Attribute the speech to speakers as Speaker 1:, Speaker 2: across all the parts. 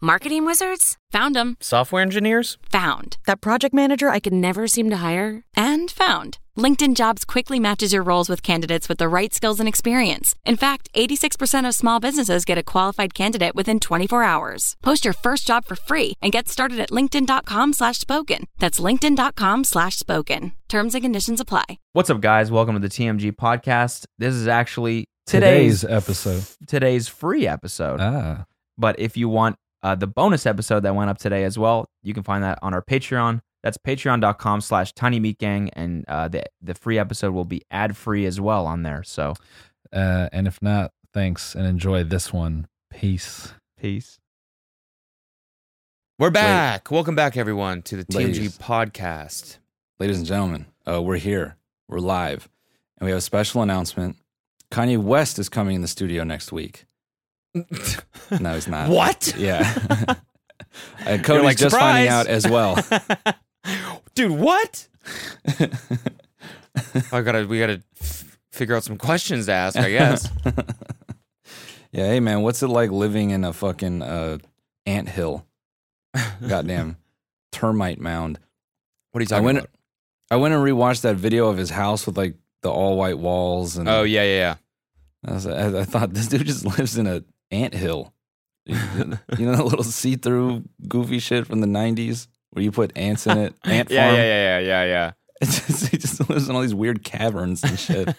Speaker 1: Marketing wizards? Found them.
Speaker 2: Software engineers?
Speaker 1: Found.
Speaker 3: That project manager I could never seem to hire?
Speaker 1: And found. LinkedIn Jobs quickly matches your roles with candidates with the right skills and experience. In fact, 86% of small businesses get a qualified candidate within 24 hours. Post your first job for free and get started at linkedin.com slash spoken. That's linkedin.com slash spoken. Terms and conditions apply.
Speaker 2: What's up, guys? Welcome to the TMG podcast. This is actually
Speaker 4: Today's
Speaker 2: today's
Speaker 4: episode.
Speaker 2: today's free episode.
Speaker 5: Uh.
Speaker 4: Ah,
Speaker 2: but if you want uh, the bonus episode that went up today as well, you can find that on our Patreon. That's patreon.com slash tiny meat gang. And uh, the, the free episode will be ad free as well on there. So
Speaker 4: uh, and if not, thanks and enjoy this one. Peace.
Speaker 2: peace.
Speaker 6: We're back. Welcome back, everyone, to the TMG
Speaker 5: Ladies.
Speaker 6: podcast.
Speaker 5: Ladies and gentlemen, uh, we're here. We're live. And we have a special announcement. Kanye West is coming in the studio next week. No, he's not.
Speaker 6: What?
Speaker 5: Yeah. uh, Cody's
Speaker 6: like,
Speaker 5: just
Speaker 6: "Surprise!"
Speaker 5: finding out as well.
Speaker 6: Dude, what? I gotta, we gotta f- figure out some questions to ask, I guess.
Speaker 5: yeah, hey, man, what's it like living in a fucking uh, anthill? Goddamn termite mound.
Speaker 6: What are you
Speaker 5: I
Speaker 6: talking
Speaker 5: went,
Speaker 6: about?
Speaker 5: I went and rewatched that video of his house with like the all white walls. And
Speaker 6: Oh, yeah, yeah,
Speaker 5: I, was, I, I thought this dude just lives in a anthill.
Speaker 6: yeah.
Speaker 5: You know that little see-through goofy shit from the '90s where you put ants in it, ant
Speaker 6: yeah, yeah,
Speaker 5: farm.
Speaker 6: yeah, yeah, yeah, yeah.
Speaker 5: It's just, he just lives in all these weird caverns and shit.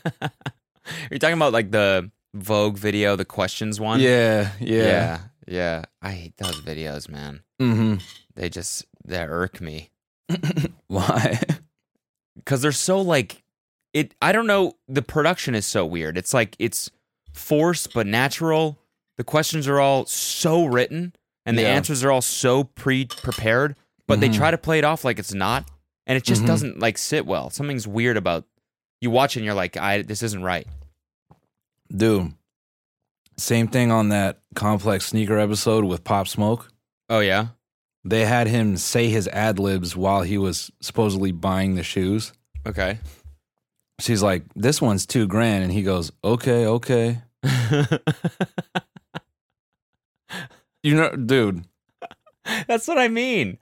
Speaker 6: You're talking about like the Vogue video, the questions one?
Speaker 5: yeah, yeah.
Speaker 6: Yeah, yeah. I hate those videos, man.
Speaker 5: hmm
Speaker 6: They just, they irk me.
Speaker 5: Why?
Speaker 6: because they're so like it i don't know the production is so weird it's like it's forced but natural the questions are all so written and the
Speaker 5: Yeah.
Speaker 6: answers are all so pre-prepared but they
Speaker 5: Mhm.
Speaker 6: try to play it off like it's not and it just
Speaker 5: Mhm.
Speaker 6: doesn't like sit well something's weird about you watch it and you're like i this isn't right
Speaker 5: Dude, same thing on that complex sneaker episode with Pop Smoke.
Speaker 6: oh yeah
Speaker 5: They had him say his ad libs while he was supposedly buying the shoes.
Speaker 6: okay
Speaker 5: She's like, "This one's two grand," and he goes, "Okay, okay." You know, dude.
Speaker 6: that's what i mean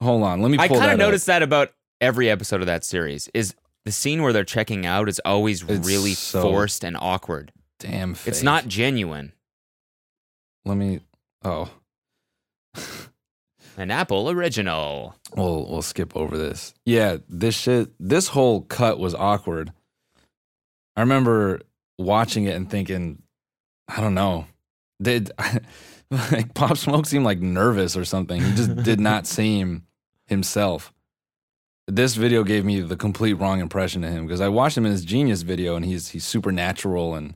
Speaker 5: Hold on, let me. Pull
Speaker 6: I kind
Speaker 5: that
Speaker 6: of
Speaker 5: up.
Speaker 6: noticed that about every episode of that series is the scene where they're checking out is always
Speaker 5: It's
Speaker 6: really
Speaker 5: so
Speaker 6: forced and awkward.
Speaker 5: Damn,
Speaker 6: It's
Speaker 5: fake.
Speaker 6: not genuine.
Speaker 5: Let me. Oh,
Speaker 6: An Apple original.
Speaker 5: we'll we'll skip over this. Yeah, this shit. This whole cut was awkward. I remember watching it and thinking, I don't know. Did like Pop Smoke seemed like nervous or something? He just did not seem himself. This video gave me the complete wrong impression of him because I watched him in his Genius video and he's he's supernatural and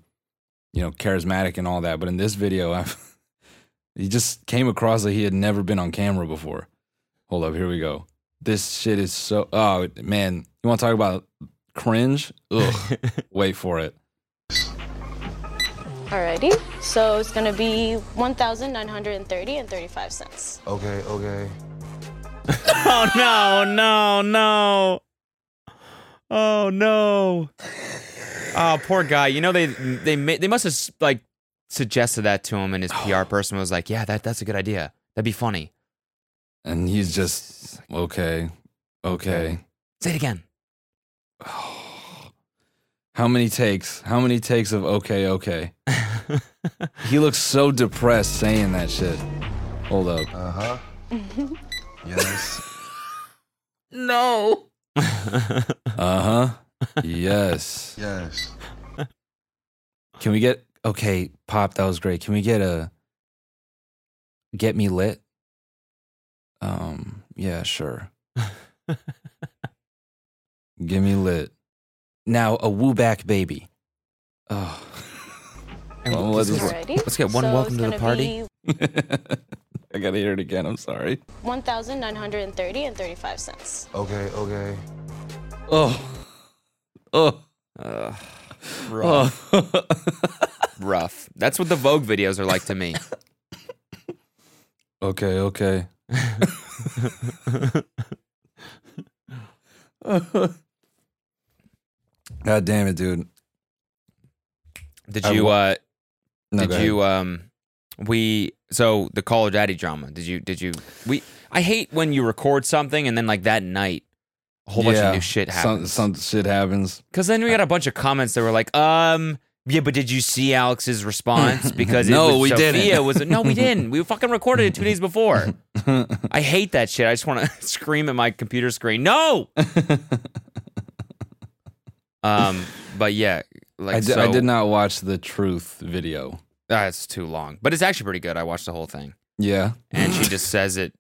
Speaker 5: you know charismatic and all that. But in this video, I've, he just came across like he had never been on camera before. Hold up, here we go. This shit is so. Oh man, you want to talk about cringe? Ugh, wait for it.
Speaker 7: Alrighty, so it's gonna be 1,930 and 35 cents.
Speaker 8: Okay, okay.
Speaker 6: Oh no, no, no. Oh no. Oh, poor guy. You know they they ma- they must have like suggested that to him and his PR person was like, "Yeah, that that's a good idea. That'd be funny."
Speaker 5: And he's just okay, okay.
Speaker 6: Say it again.
Speaker 5: How many takes? How many takes of okay, okay? he looks so depressed saying that shit. Hold up.
Speaker 8: Uh huh. yes.
Speaker 5: Uh huh. yes.
Speaker 8: Yes.
Speaker 5: Can we get okay, pop? That was great. Can we get a get me lit? Um, yeah, sure. Give me lit. Now a woo back baby. Oh,
Speaker 6: And
Speaker 5: Well, let's
Speaker 6: this is-
Speaker 5: just-
Speaker 7: Alrighty.
Speaker 6: let's get one
Speaker 7: so
Speaker 6: welcome
Speaker 7: it's
Speaker 6: to the
Speaker 7: gonna
Speaker 6: party.
Speaker 5: I gotta hear it again. I'm sorry.
Speaker 7: Be 1,930 and 35 cents.
Speaker 8: Okay, okay.
Speaker 5: Oh, oh,
Speaker 6: Ugh. rough.
Speaker 5: oh.
Speaker 6: rough. That's what the Vogue videos are like to me.
Speaker 5: okay, okay. God damn it, dude.
Speaker 6: Did
Speaker 5: I
Speaker 6: you?
Speaker 5: wa-
Speaker 6: Uh,
Speaker 5: No, go
Speaker 6: did
Speaker 5: ahead.
Speaker 6: you? Um, we. So the Call of Daddy drama. Did you? Did you? We. I hate when you record something and then like that night, a whole bunch
Speaker 5: Yeah,
Speaker 6: of new shit
Speaker 5: Some,
Speaker 6: happens.
Speaker 5: some shit happens.
Speaker 6: Because then we got a bunch of comments that were like, um, yeah, but did you see Alex's response? Because it
Speaker 5: No,
Speaker 6: was
Speaker 5: we
Speaker 6: Sophia
Speaker 5: didn't.
Speaker 6: Was no, we didn't. We fucking recorded it two days before. I hate that shit. I just want to scream at my computer screen. No. um, but yeah, like
Speaker 5: I di- I
Speaker 6: so-
Speaker 5: did not watch the truth video.
Speaker 6: That's too long, but it's actually pretty good. I watched the whole thing,
Speaker 5: Yeah.
Speaker 6: and she just says it.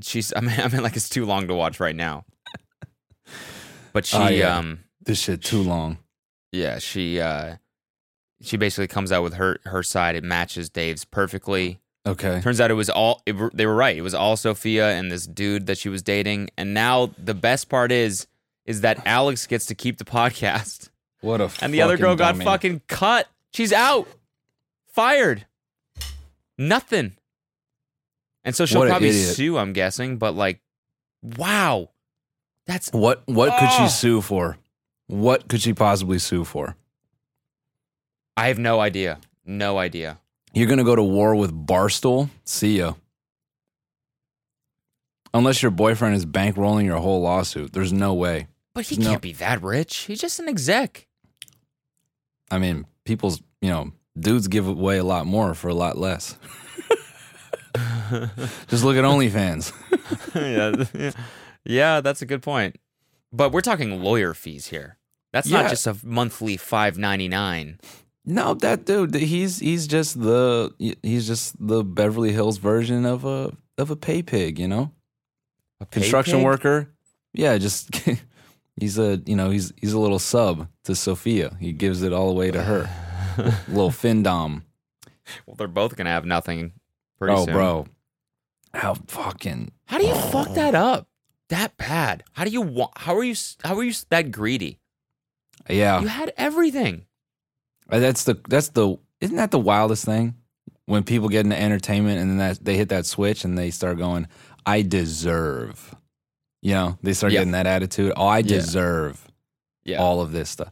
Speaker 6: She's. I mean, I mean, like it's too long to watch right now. But she,
Speaker 5: Oh, yeah.
Speaker 6: um,
Speaker 5: This shit too long.
Speaker 6: yeah she uh she basically comes out with her her side it matches dave's perfectly
Speaker 5: Okay.
Speaker 6: turns out it was all it, were- they were right it was all sophia and this dude that she was dating and now the best part is is that alex gets to keep the podcast
Speaker 5: What a
Speaker 6: and the other girl got
Speaker 5: dummy.
Speaker 6: fucking cut she's out fired nothing and so she'll
Speaker 5: What an
Speaker 6: probably
Speaker 5: idiot.
Speaker 6: sue i'm guessing but like wow that's
Speaker 5: What what could
Speaker 6: Oh.
Speaker 5: she sue for? What could she possibly sue for?
Speaker 6: i have no idea no idea
Speaker 5: You're gonna go to war with Barstool? See ya. Unless your boyfriend is bankrolling your whole lawsuit. There's no way.
Speaker 6: but he
Speaker 5: No.
Speaker 6: can't be that rich he's just an exec
Speaker 5: I mean, people's you know, dudes give away a lot more for a lot less. Just look at OnlyFans.
Speaker 6: yeah, th- yeah, that's a good point. But we're talking lawyer fees here. That's
Speaker 5: Yeah.
Speaker 6: not just a monthly five ninety nine.
Speaker 5: No, that dude, he's he's just the he's just the Beverly Hills version of a of a pay pig, you know? construction worker. Yeah, just he's a you know he's he's a little sub to Sophia. He gives it all away to her. little fin dom.
Speaker 6: Well, they're both gonna have nothing. Pretty
Speaker 5: Oh,
Speaker 6: soon.
Speaker 5: bro, how fucking
Speaker 6: how do you fuck that up? That bad? How do you want? How are you? s- How are you s- that greedy? You
Speaker 5: yeah.
Speaker 6: had everything.
Speaker 5: Uh, That's the that's the isn't that the wildest thing when people get into entertainment and then that they hit that switch and they start going, I deserve. You know, they start
Speaker 6: Yeah.
Speaker 5: getting that attitude. Oh, I
Speaker 6: Yeah.
Speaker 5: deserve.
Speaker 6: Yeah. Mm-hmm.
Speaker 5: all of this stuff.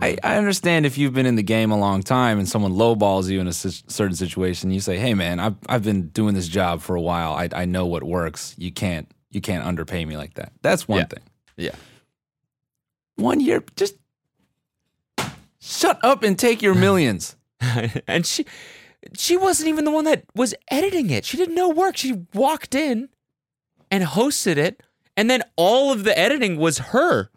Speaker 5: I, I understand if you've been in the game a long time and someone lowballs you in a sis- certain situation, you say, "Hey, man, I've I've been doing this job for a while. I I know what works. You can't you can't underpay me like that." That's one
Speaker 6: Yeah.
Speaker 5: thing.
Speaker 6: Yeah.
Speaker 5: One year, just shut up and take your millions.
Speaker 6: and she, she wasn't even the one that was editing it. She did no work. She walked in, and hosted it, and then all of the editing was her.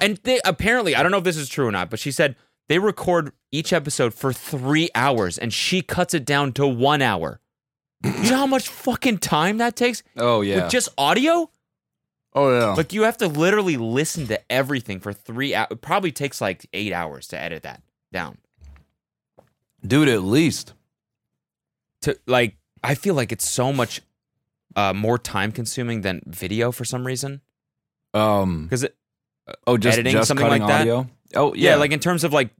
Speaker 6: And they apparently, I don't know if this is true or not, but she said they record each episode for three hours, and she cuts it down to one hour. you know how much fucking time that takes
Speaker 5: Oh
Speaker 6: with just audio?
Speaker 5: oh yeah.
Speaker 6: Like you have to literally listen to everything for three hours. It probably takes like eight hours to edit that down.
Speaker 5: dude, at least
Speaker 6: to like I feel like it's so much uh, more time consuming than video for some reason
Speaker 5: um
Speaker 6: because it
Speaker 5: oh just
Speaker 6: editing,
Speaker 5: just
Speaker 6: something
Speaker 5: cutting
Speaker 6: like that?
Speaker 5: audio. Oh
Speaker 6: yeah.
Speaker 5: yeah,
Speaker 6: like in terms of like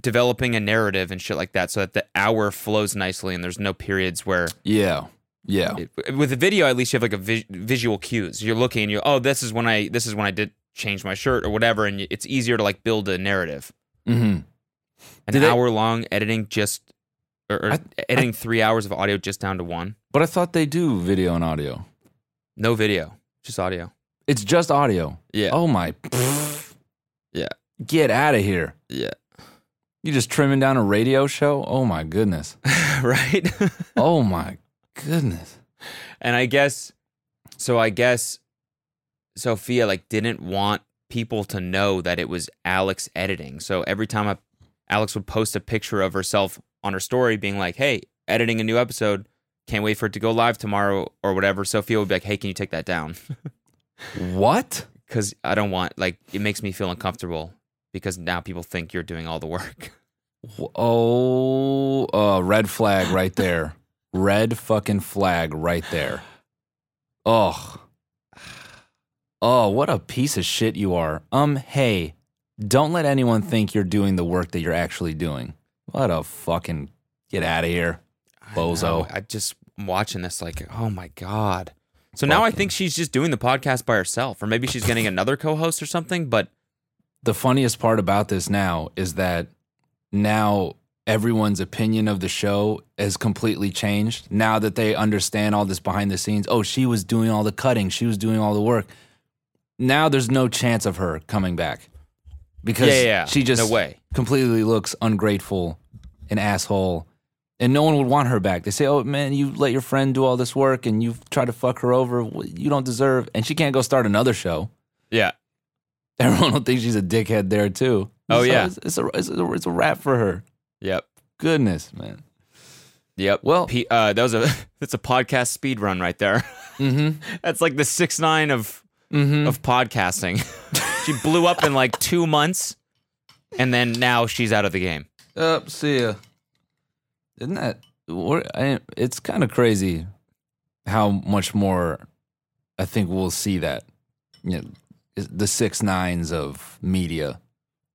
Speaker 6: developing a narrative and shit like that so that the hour flows nicely and there's no periods where
Speaker 5: yeah yeah.
Speaker 6: it- with the video at least you have like a vis- visual cues you're looking and you're oh this is when I this is when I did change my shirt or whatever and it's easier to like build a narrative
Speaker 5: Mm-hmm.
Speaker 6: an
Speaker 5: Did they-
Speaker 6: hour long editing just or, or
Speaker 5: I-
Speaker 6: editing three hours of audio just down to one
Speaker 5: But I thought they do video and audio.
Speaker 6: no video just audio
Speaker 5: It's just audio.
Speaker 6: yeah
Speaker 5: Oh my.
Speaker 6: Yeah.
Speaker 5: Get out of here.
Speaker 6: yeah
Speaker 5: You just trimming down a radio show? Oh my goodness.
Speaker 6: right
Speaker 5: Oh my goodness.
Speaker 6: And I guess so I guess Sophia like didn't want people to know that it was Alex editing. So every time I, Alex would post a picture of herself on her story being like, "Hey, editing a new episode. Can't wait for it to go live tomorrow or whatever." Sophia would be like, "Hey, can you take that down?"
Speaker 5: What?
Speaker 6: Cuz I don't want like it makes me feel uncomfortable because now people think you're doing all the work.
Speaker 5: Wh- Oh, uh, red flag right there. Red fucking flag right there. Oh. Oh, what a piece of shit you are. Um, hey, don't let anyone think you're doing the work that you're actually doing. What a fucking get out of here.
Speaker 6: I know.
Speaker 5: Bozo.
Speaker 6: I just I'm watching this like, oh my god. So now I think she's just doing the podcast by herself, or maybe she's getting another co-host or something. But
Speaker 5: the funniest part about this now is that now everyone's opinion of the show has completely changed. Now that they understand all this behind the scenes, oh, she was doing all the cutting, she was doing all the work. Now there's no chance of her coming back because
Speaker 6: Yeah, yeah, yeah.
Speaker 5: she just
Speaker 6: No way.
Speaker 5: completely looks ungrateful, an asshole, and no one would want her back. They say, "Oh man, you let your friend do all this work and you try to fuck her over. You don't deserve." And she can't go start another show.
Speaker 6: Yeah.
Speaker 5: Everyone will think she's a dickhead there too.
Speaker 6: Oh,
Speaker 5: So
Speaker 6: yeah.
Speaker 5: it's, it's a it's a it's a wrap for her.
Speaker 6: Yep.
Speaker 5: Goodness, man.
Speaker 6: Yep.
Speaker 5: Well-
Speaker 6: P- uh, that was a that's a podcast speed run right there.
Speaker 5: Mm-hmm.
Speaker 6: that's like the six nine of
Speaker 5: Mm-hmm.
Speaker 6: of podcasting. she blew up in like two months, and then now she's out of the game.
Speaker 5: Up, see ya. Isn't that? we're- I, it's kind of crazy how much more I think we'll see that. You know, is- the six nines of media,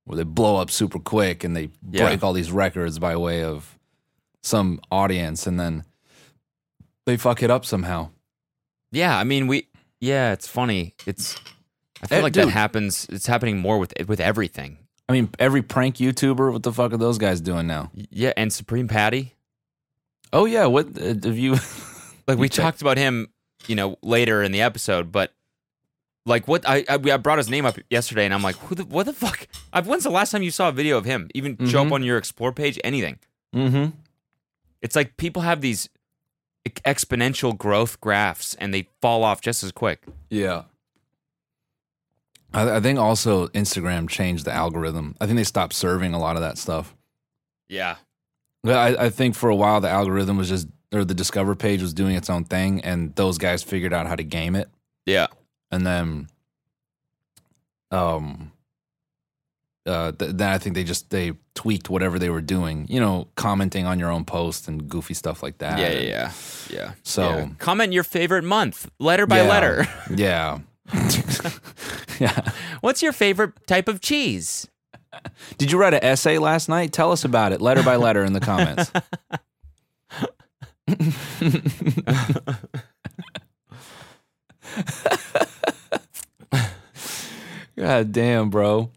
Speaker 5: where they blow up super quick and they
Speaker 6: Yeah.
Speaker 5: break all these records by way of some audience, and then they fuck it up somehow.
Speaker 6: Yeah, I mean we. Yeah, it's funny. It's I feel
Speaker 5: Eh,
Speaker 6: like that
Speaker 5: dude.
Speaker 6: happens. It's happening more with with everything.
Speaker 5: I mean, every prank YouTuber, what the fuck are those guys doing now?
Speaker 6: Yeah, and Supreme Patty.
Speaker 5: Oh yeah, what uh, have you?
Speaker 6: Like we
Speaker 5: check-
Speaker 6: talked about him, you know, later in the episode, but like what I I, we- I brought his name up yesterday, and I'm like, who the what the fuck? I've, when's the last time you saw a video of him? Even show up
Speaker 5: Mhm.
Speaker 6: on your explore page? Anything?
Speaker 5: mm-hmm.
Speaker 6: It's like people have these ex- exponential growth graphs, and they fall off just as quick.
Speaker 5: Yeah. I, I think also Instagram changed the algorithm. I think they stopped serving a lot of that stuff.
Speaker 6: Yeah.
Speaker 5: But I, I think for a while the algorithm was just, or the Discover page was doing its own thing, and those guys figured out how to game it.
Speaker 6: Yeah.
Speaker 5: And then, um, uh, th- then I think they just they tweaked whatever they were doing, you know, commenting on your own post and goofy stuff like that.
Speaker 6: Yeah. Yeah. Yeah. yeah.
Speaker 5: So
Speaker 6: Yeah. comment your favorite month, letter by
Speaker 5: Yeah.
Speaker 6: letter.
Speaker 5: yeah, yeah.
Speaker 6: What's your favorite type of cheese?
Speaker 5: Did you write an essay last night? Tell us about it, letter by letter, in the comments. God damn, bro.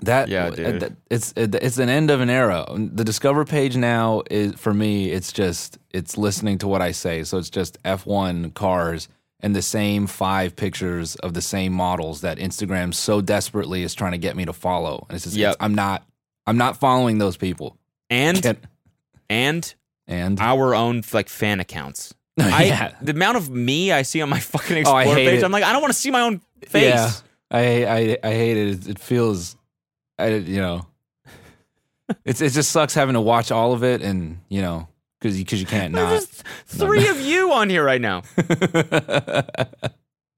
Speaker 5: That uh,
Speaker 6: Yeah, dude.
Speaker 5: that- it's it's an end of an era. The discover page now is for me. It's just it's listening to what I say. So it's just F one cars and the same five pictures of the same models that Instagram so desperately is trying to get me to follow. And it's just
Speaker 6: Yep.
Speaker 5: I'm not I'm not following those people.
Speaker 6: And
Speaker 5: Can't-
Speaker 6: and
Speaker 5: and
Speaker 6: our own like fan accounts.
Speaker 5: Yeah.
Speaker 6: I the amount of me I see on my fucking
Speaker 5: Oh,
Speaker 6: explore
Speaker 5: I hate
Speaker 6: page,
Speaker 5: it.
Speaker 6: I'm like, I don't want to see my own face.
Speaker 5: Yeah, I I I hate it. It- It feels, I you know, it's it just sucks having to watch all of it and you know because because you can't not.
Speaker 6: There's three of you on here right now.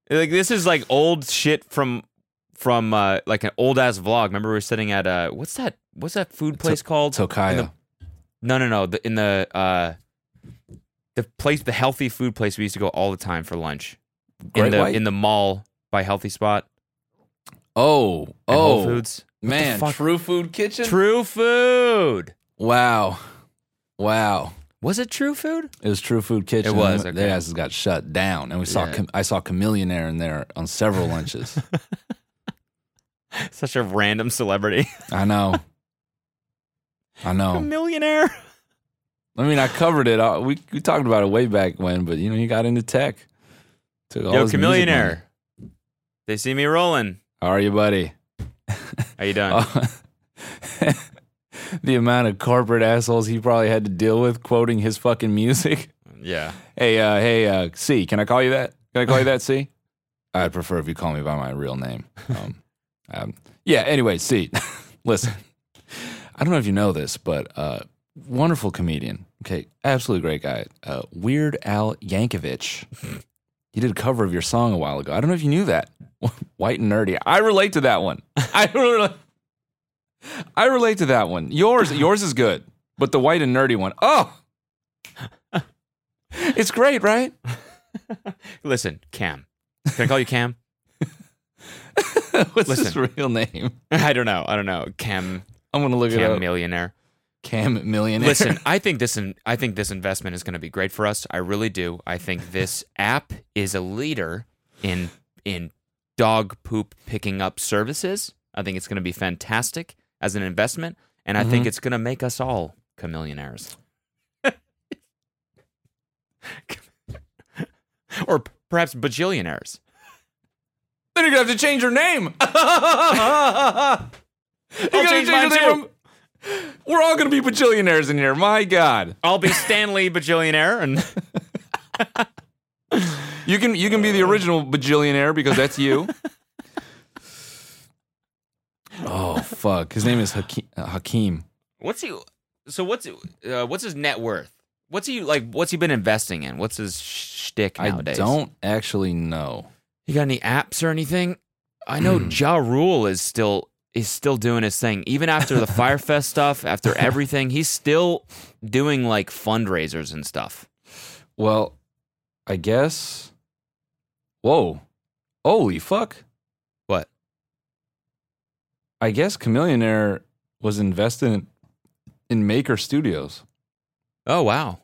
Speaker 6: Like this is like old shit from from uh, like an old ass vlog. Remember we were sitting at uh what's that what's that food place called? In
Speaker 5: Tokaya.
Speaker 6: the- no, no, no. The, in the uh the place the healthy food place we used to go all the time for lunch. in
Speaker 5: Great
Speaker 6: the
Speaker 5: White?
Speaker 6: in the mall by Healthy Spot.
Speaker 5: Oh
Speaker 6: at Whole
Speaker 5: oh
Speaker 6: Foods. What the
Speaker 5: man,
Speaker 6: fuck?
Speaker 5: True Food Kitchen.
Speaker 6: True food.
Speaker 5: Wow, wow.
Speaker 6: Was it true food?
Speaker 5: It was True Food Kitchen.
Speaker 6: It was,
Speaker 5: Their-
Speaker 6: okay.
Speaker 5: Their asses got shut down, and we saw
Speaker 6: Yeah.
Speaker 5: Cham- I saw Chameleonaire in there on several lunches.
Speaker 6: Such a random celebrity.
Speaker 5: I know. I
Speaker 6: A
Speaker 5: know.
Speaker 6: millionaire.
Speaker 5: I mean, I covered it. I, we we talked about it way back when, but you know, he got into tech. Took all
Speaker 6: Yo,
Speaker 5: his music money.
Speaker 6: chameleonaire. They see me rolling.
Speaker 5: How are you, buddy?
Speaker 6: How you doing?
Speaker 5: Oh. the amount of corporate assholes he probably had to deal with quoting his fucking music.
Speaker 6: yeah.
Speaker 5: Hey, uh, hey, uh, C, can I call you that? Can I call you that, C? I'd prefer if you call me by my real name. Um, um, yeah, anyway, C, listen, I don't know if you know this, but uh, wonderful comedian. Okay, absolutely great guy. Uh, Weird Al Yankovic. He did a cover of your song a while ago. I don't know if you knew that. White and nerdy. I relate to that one. I relate. I relate to that one. Yours, yours is good, but the white and nerdy one. Oh, it's great, right?
Speaker 6: Listen, Cam. Can I call you Cam?
Speaker 5: What's
Speaker 6: Listen.
Speaker 5: his real name?
Speaker 6: I don't know. I don't know. Cam.
Speaker 5: I'm gonna look
Speaker 6: Cam
Speaker 5: it up.
Speaker 6: millionaire.
Speaker 5: Cam Millionaire.
Speaker 6: Listen, I think this in, I think this investment is going to be great for us. I really do. I think this app is a leader in in dog poop picking up services. I think it's going to be fantastic as an investment, and I think it's going to make us all chameleonaires. or p- perhaps bajillionaires.
Speaker 5: Then you're gonna have to change your name. you're
Speaker 6: I'll
Speaker 5: gonna
Speaker 6: change mine too.
Speaker 5: from- We're all gonna be bajillionaires in here. My God,
Speaker 6: I'll be Stanley bajillionaire and
Speaker 5: you can you can be the original bajillionaire because that's you. oh fuck, his name is Hakeem. uh, Hakeem.
Speaker 6: what's he so what's uh, what's his net worth? What's he like what's he been investing in? What's his sh- shtick nowadays?
Speaker 5: I don't actually know.
Speaker 6: You got any apps or anything? I know Ja Rule is still is still doing his thing. Even after the Firefest stuff, after everything, he's still doing like fundraisers and stuff.
Speaker 5: Well, I guess. Whoa, holy fuck!
Speaker 6: What?
Speaker 5: I guess Chameleonaire was invested in, in Maker Studios.
Speaker 6: Oh wow.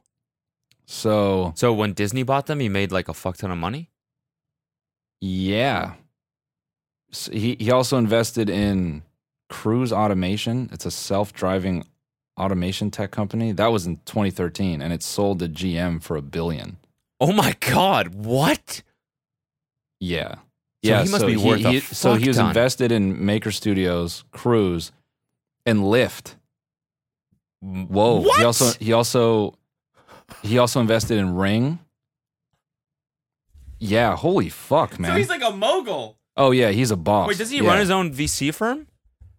Speaker 5: So
Speaker 6: So when Disney bought them, he made like a fuck ton of money?
Speaker 5: yeah, S he he also invested in Cruise Automation. It's a self-driving automation tech company that was in 2013, and it sold to GM for a billion.
Speaker 6: Oh my god, what?
Speaker 5: Yeah.
Speaker 6: So he must be worth a
Speaker 5: So he
Speaker 6: fuck
Speaker 5: was
Speaker 6: ton.
Speaker 5: invested in Maker Studios, Cruise, and Lyft. Whoa. He also he also he also invested in Ring. Yeah, holy fuck, man.
Speaker 6: like a mogul.
Speaker 5: oh yeah, he's a boss.
Speaker 6: Wait, does he
Speaker 5: Yeah.
Speaker 6: run his own VC firm?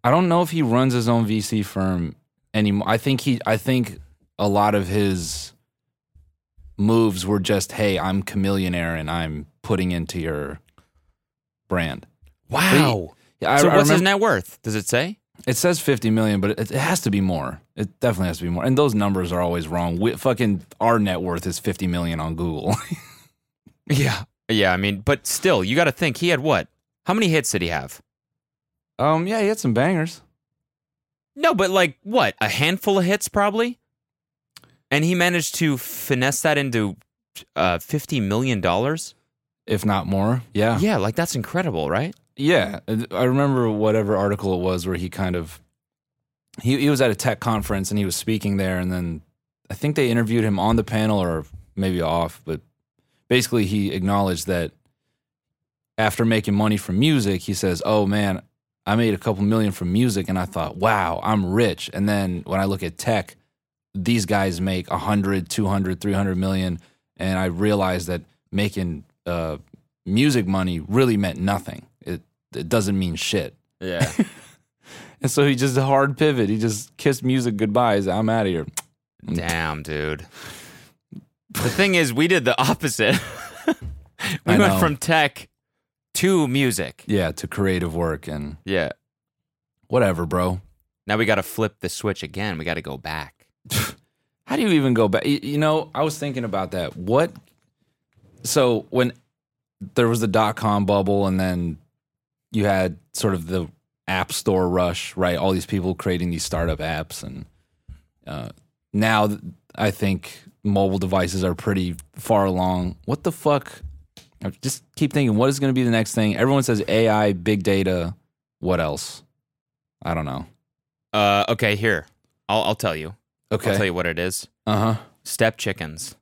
Speaker 5: I don't know if he runs his own VC firm anymore. I think he I think a lot of his moves were just, hey, I'm chameleonaire and I'm putting into your brand.
Speaker 6: Wow.
Speaker 5: Yeah, I,
Speaker 6: so
Speaker 5: I
Speaker 6: what's his
Speaker 5: remember-
Speaker 6: net worth? Does it say?
Speaker 5: It says 50 million, but it, it has to be more. It definitely has to be more. And those numbers are always wrong. We, fucking our net worth is 50 million on Google.
Speaker 6: Yeah. Yeah, I mean, but still, you got to think he had what? How many hits did he have?
Speaker 5: um, yeah, he had some bangers.
Speaker 6: No, but like what? A handful of hits probably? And he managed to finesse that into uh, $50 million?
Speaker 5: If not more, yeah,
Speaker 6: Yeah, like that's incredible, right?
Speaker 5: yeah. I remember whatever article it was where he kind of he he was at a tech conference and he was speaking there, and then I think they interviewed him on the panel or maybe off, but basically he acknowledged that after making money from music, he says, "Oh man, I made a couple million from music, and I thought, wow, I'm rich." And then when I look at tech, these guys make 100, 200, 300 million, and I realized that making uh, music money really meant nothing. It it doesn't mean shit.
Speaker 6: Yeah.
Speaker 5: And so he just hard pivot. He just kissed music goodbye. He's, I'm out of here. Mm.
Speaker 6: Damn, dude. The thing is, we did the opposite. we
Speaker 5: I
Speaker 6: went
Speaker 5: know.
Speaker 6: from tech to music.
Speaker 5: Yeah, to creative work and
Speaker 6: Yeah.
Speaker 5: whatever, bro.
Speaker 6: Now we got to flip the switch again. We got to go back.
Speaker 5: How do you even go back? You you know, I was thinking about that. What? So when there was the dot com bubble, and then you had sort of the app store rush, right? All these people creating these startup apps, and uh, now th- I think mobile devices are pretty far along. What the fuck? I just keep thinking, what is going to be the next thing? Everyone says AI, big data. What else? I don't know.
Speaker 6: Uh, okay, here. I'll, I'll tell you. I'll tell
Speaker 5: Okay.
Speaker 6: you what it is.
Speaker 5: Uh huh.
Speaker 6: Step chickens.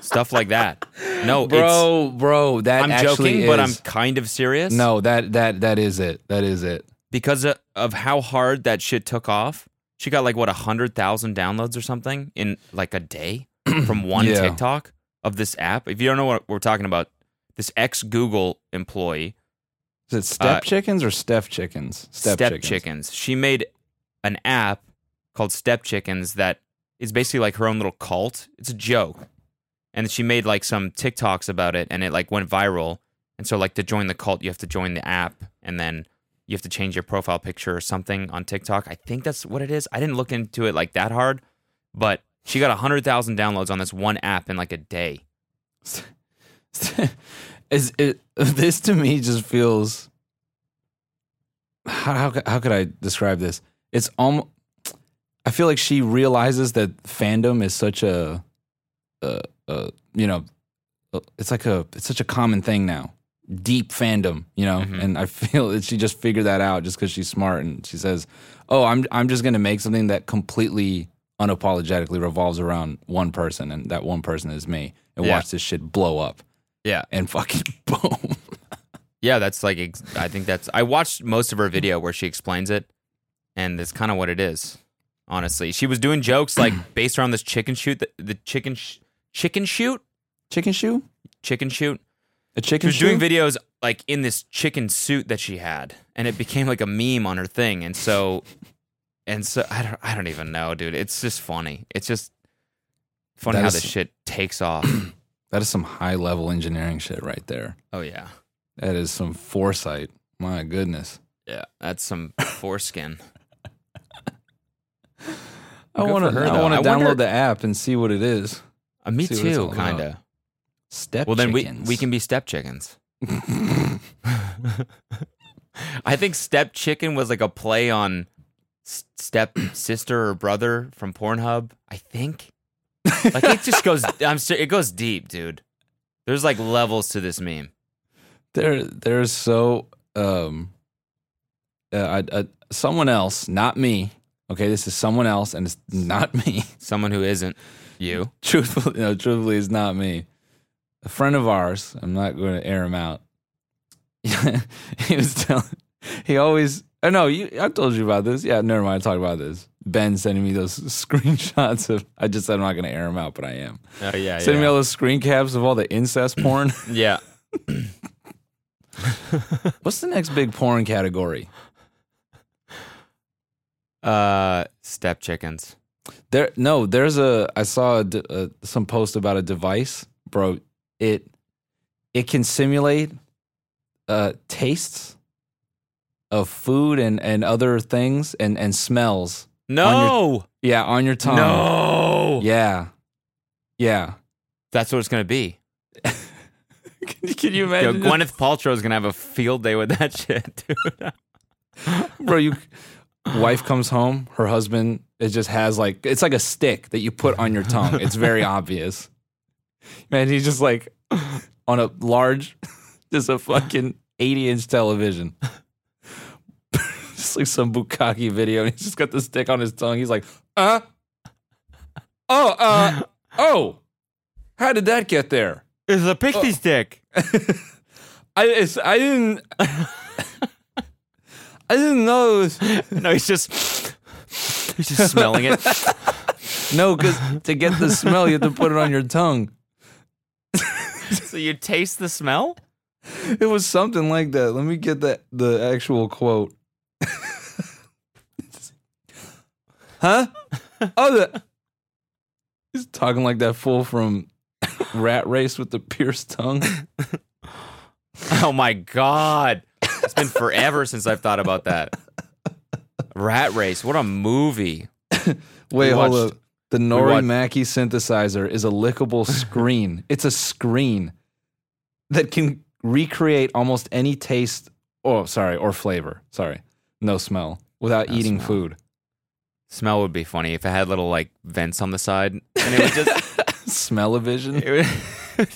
Speaker 6: Stuff like that. No, it's,
Speaker 5: bro, bro, that
Speaker 6: I'm
Speaker 5: actually
Speaker 6: joking, but I'm
Speaker 5: is-
Speaker 6: kind of serious.
Speaker 5: no, that that that is it. That is it.
Speaker 6: Because of, of how hard that shit took off. She got like, what, 100,000 downloads or something in like a day from one
Speaker 5: Yeah.
Speaker 6: TikTok of this app. If you don't know what we're talking about, this ex Google employee
Speaker 5: Is it step
Speaker 6: Uh,
Speaker 5: chickens or step chickens?
Speaker 6: Step, chickens. She made an app called Step Chickens that is basically like her own little cult. It's a joke. And she made like some TikToks about it and it like went viral. And so like to join the cult, you have to join the app and then you have to change your profile picture or something on TikTok. I think that's what it is. I didn't look into it like that hard, but she got 100,000 downloads on this one app in like a day.
Speaker 5: is it this to me just feels how how c- how could I describe this? It's almost I feel like she realizes that fandom is such a uh uh you know uh, it's like a it's such a common thing now. deep fandom, you know, and I feel that she just figured that out just because she's smart and she says, "Oh, I'm I'm just gonna make something that completely unapologetically revolves around one person, and that one person is me, and
Speaker 6: Yeah.
Speaker 5: watch this shit blow up."
Speaker 6: Yeah.
Speaker 5: and fucking boom.
Speaker 6: Yeah, that's like ex- I think that's I watched most of her video where she explains it, and that's kind of what it is. Honestly, she was doing jokes like based around this chicken shoot, the, the chicken sh- chicken shoot,
Speaker 5: Chicken shoe?
Speaker 6: chicken shoot.
Speaker 5: A
Speaker 6: She
Speaker 5: chicken
Speaker 6: was
Speaker 5: shoe?
Speaker 6: doing videos like in this chicken suit that she had, and it became like a meme on her thing. And so, and so I don't I don't even know, dude. It's just funny. It's just funny
Speaker 5: That
Speaker 6: how
Speaker 5: is-
Speaker 6: this shit takes off.
Speaker 5: that is some high level engineering shit right there.
Speaker 6: oh yeah,
Speaker 5: That is some foresight. My goodness.
Speaker 6: yeah. That's some foreskin.
Speaker 5: I
Speaker 6: Good
Speaker 5: want to.
Speaker 6: for her,
Speaker 5: I
Speaker 6: though.
Speaker 5: want
Speaker 6: I
Speaker 5: to download
Speaker 6: wonder-
Speaker 5: the app and see what it is.
Speaker 6: Uh, me
Speaker 5: See what it's
Speaker 6: too,
Speaker 5: all about.
Speaker 6: kinda.
Speaker 5: Step.
Speaker 6: Well, then
Speaker 5: chickens.
Speaker 6: we we can be step chickens. I think step chicken was like a play on s- step sister or brother from Pornhub. I think. Like it just goes. I'm ser- it goes deep, dude. There's like levels to this meme.
Speaker 5: There, there's so. Um, uh, I, I, someone else, not me. Okay, this is someone else, and it's not me.
Speaker 6: Someone who isn't you.
Speaker 5: truthfully, no, truthfully, it's not me. A friend of ours, I'm not going to air him out. he was telling, he always, oh no, you, I told you about this. Yeah, never mind. I talked about this. Ben sending me those screenshots of, I just said I'm not going to air him out, but I am.
Speaker 6: Oh yeah.
Speaker 5: Sending me all those screen caps of all the incest porn.
Speaker 6: yeah.
Speaker 5: What's the next big porn category?
Speaker 6: Uh, step chickens.
Speaker 5: There, no, there's a. I saw a d uh some post about a device, bro. It it can simulate uh, tastes of food and and other things and and smells.
Speaker 6: No.
Speaker 5: Yeah, on your tongue.
Speaker 6: No.
Speaker 5: Yeah. Yeah.
Speaker 6: That's what it's gonna be.
Speaker 5: can, can
Speaker 6: Yo,
Speaker 5: you imagine, this?
Speaker 6: Gwyneth Paltrow is gonna have a field day with that shit, dude.
Speaker 5: bro? You wife comes home, her husband it just has like it's like a stick that you put on your tongue. It's very obvious. Man, he's just like on a large, just a fucking eighty-inch television. just like some bukkake video, and he's just got the stick on his tongue. He's like, uh, oh, uh, oh, how did that get there?
Speaker 6: It's a pixie stick.
Speaker 5: I, it's, I didn't. I didn't know. It was,
Speaker 6: No, he's just he's just smelling it.
Speaker 5: No, because to get the smell, you have to put it on your tongue.
Speaker 6: so you taste the smell?
Speaker 5: It was something like that. Let me get the the actual quote. huh? Oh, the he's talking like that fool from Rat Race with the pierced tongue.
Speaker 6: Oh my god. It's been forever since I've thought about that. Rat Race, what a movie.
Speaker 5: Wait,
Speaker 6: We
Speaker 5: hold
Speaker 6: watched-
Speaker 5: up. The Nori
Speaker 6: watched-
Speaker 5: Mackie synthesizer is a lickable screen. it's a screen that can recreate almost any taste. Oh, sorry, or flavor. Sorry, no smell without
Speaker 6: No
Speaker 5: eating
Speaker 6: smell.
Speaker 5: food.
Speaker 6: Smell would be funny if it had little like vents on the side and it would just
Speaker 5: smell of vision.
Speaker 6: it would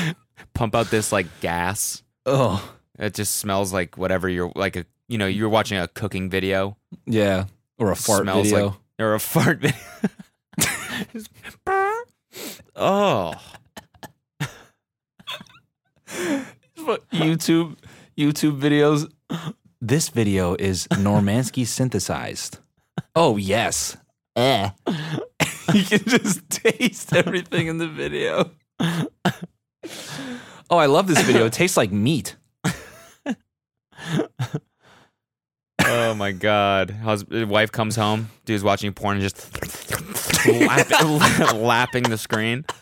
Speaker 6: pump out this like gas.
Speaker 5: Oh,
Speaker 6: It just smells like whatever you're like a you know, you're watching a cooking video.
Speaker 5: yeah, or a fart
Speaker 6: smells
Speaker 5: video.
Speaker 6: like or a fart video. Just, oh.
Speaker 5: But YouTube, YouTube videos. This video is Normansky synthesized. Oh yes, eh. you can just taste everything in the video. Oh, I love this video. It tastes like meat.
Speaker 6: Oh my god! Hus- wife comes home. Dude's watching porn and just lap- lapping the screen.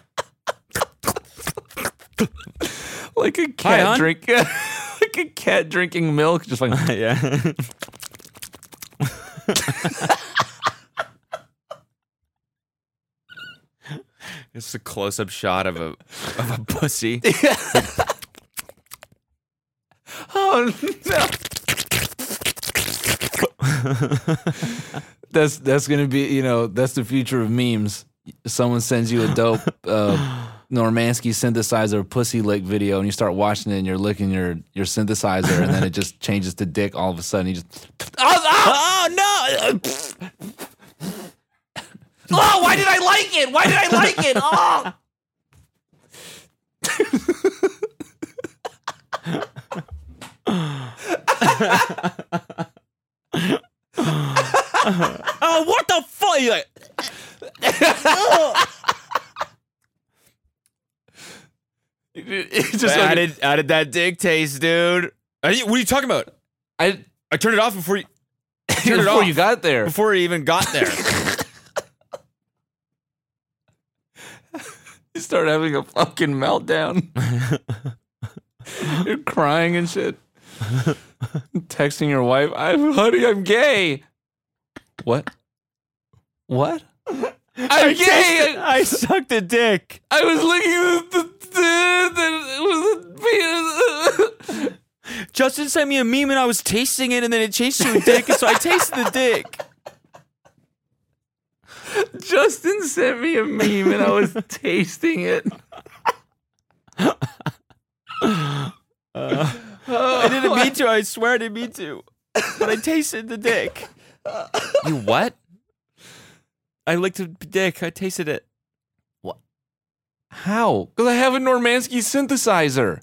Speaker 5: Like a
Speaker 6: cat hon.
Speaker 5: drink, like a cat drinking milk. Just like
Speaker 6: yeah. it's a close-up shot of a of a pussy.
Speaker 5: Oh no. that's that's gonna be you know that's the future of memes. Someone sends you a dope uh, Normansky synthesizer pussy lick video and you start watching it and you're licking your your synthesizer and then it just changes to dick all of a sudden. You just oh, oh, oh, no. oh, why did I like it? Why did I like it? Oh.
Speaker 6: Oh, what the fuck? You're like,
Speaker 5: It just
Speaker 6: how did how did that dick taste, dude? Are you- what are you talking about?
Speaker 5: I
Speaker 6: I turned it off before you
Speaker 5: before
Speaker 6: it off.
Speaker 5: you got there.
Speaker 6: before you even got there.
Speaker 5: You start having a fucking meltdown. You're crying and shit. Texting your wife, I'm honey, I'm gay. What? What? I'm gay. I,
Speaker 6: I sucked a dick.
Speaker 5: I was looking at the, the, the, it was a penis.
Speaker 6: Justin sent me a meme and I was tasting it and then it changed to a dick, and so I tasted the dick.
Speaker 5: Justin sent me a meme and I was tasting it.
Speaker 6: I didn't mean to, I swear I didn't mean to. But I tasted the dick. You what? I licked a dick. I tasted it.
Speaker 5: How? Because I have a Normansky synthesizer.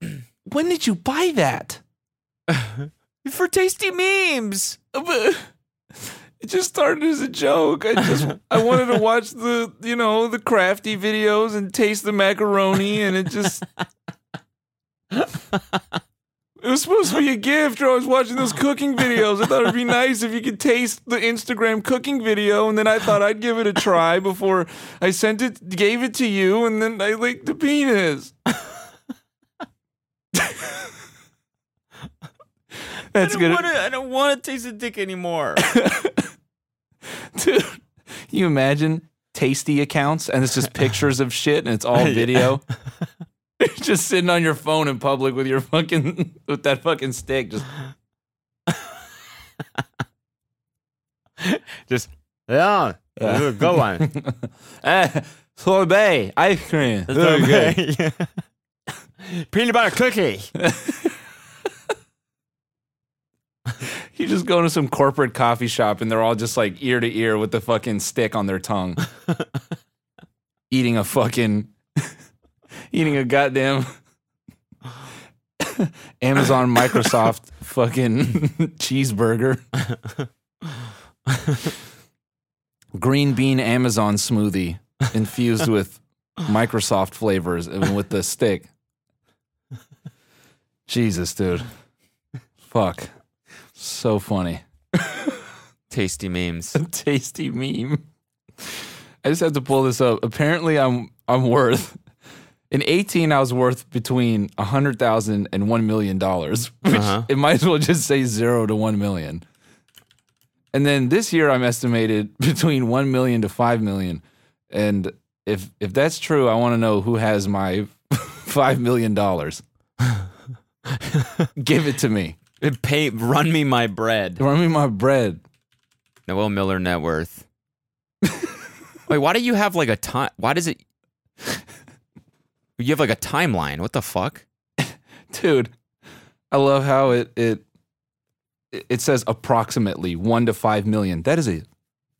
Speaker 5: When did you buy that?
Speaker 6: For tasty memes.
Speaker 5: but it just started as a joke. I just I wanted to watch the you know the crafty videos and taste the macaroni, and it just it was supposed to be a gift. Or I was watching those cooking videos. I thought it'd be nice if you could taste the Instagram cooking video, and then I thought I'd give it a try before I sent it, gave it to you, and then I licked the penis. That's
Speaker 6: I
Speaker 5: good.
Speaker 6: don't wanna- I don't want to taste a dick anymore.
Speaker 5: Dude, you imagine tasty accounts and it's just pictures of shit and it's all video. You're just sitting on your phone in public with your fucking with that fucking stick. Just
Speaker 6: Just yeah,
Speaker 5: this is a
Speaker 6: good one.
Speaker 5: eh, sorbet ice cream.
Speaker 6: Peanut butter cookie.
Speaker 5: You just go to some corporate coffee shop and they're all just like ear to ear with the fucking stick on their tongue, eating a fucking eating a goddamn. Amazon Microsoft fucking cheeseburger. green bean Amazon smoothie infused with Microsoft flavors and with the stick. Jesus, dude. Fuck. So funny.
Speaker 6: Tasty memes.
Speaker 5: Tasty meme. I just have to pull this up. Apparently I'm I'm worth in 18 I was worth between 100,000 and 1 million dollars, which it might as well just say 0 to 1 million. And then this year I'm estimated between 1 million to 5 million. And if if that's true, I want to know who has my 5 million dollars. Give it to me.
Speaker 6: Pay, run me my bread.
Speaker 5: Run me my bread.
Speaker 6: Noel Miller net worth. Wait, why do you have like a time? Why does it? You have like a timeline. What the fuck?
Speaker 5: dude i love how it it it says approximately one to five million that is a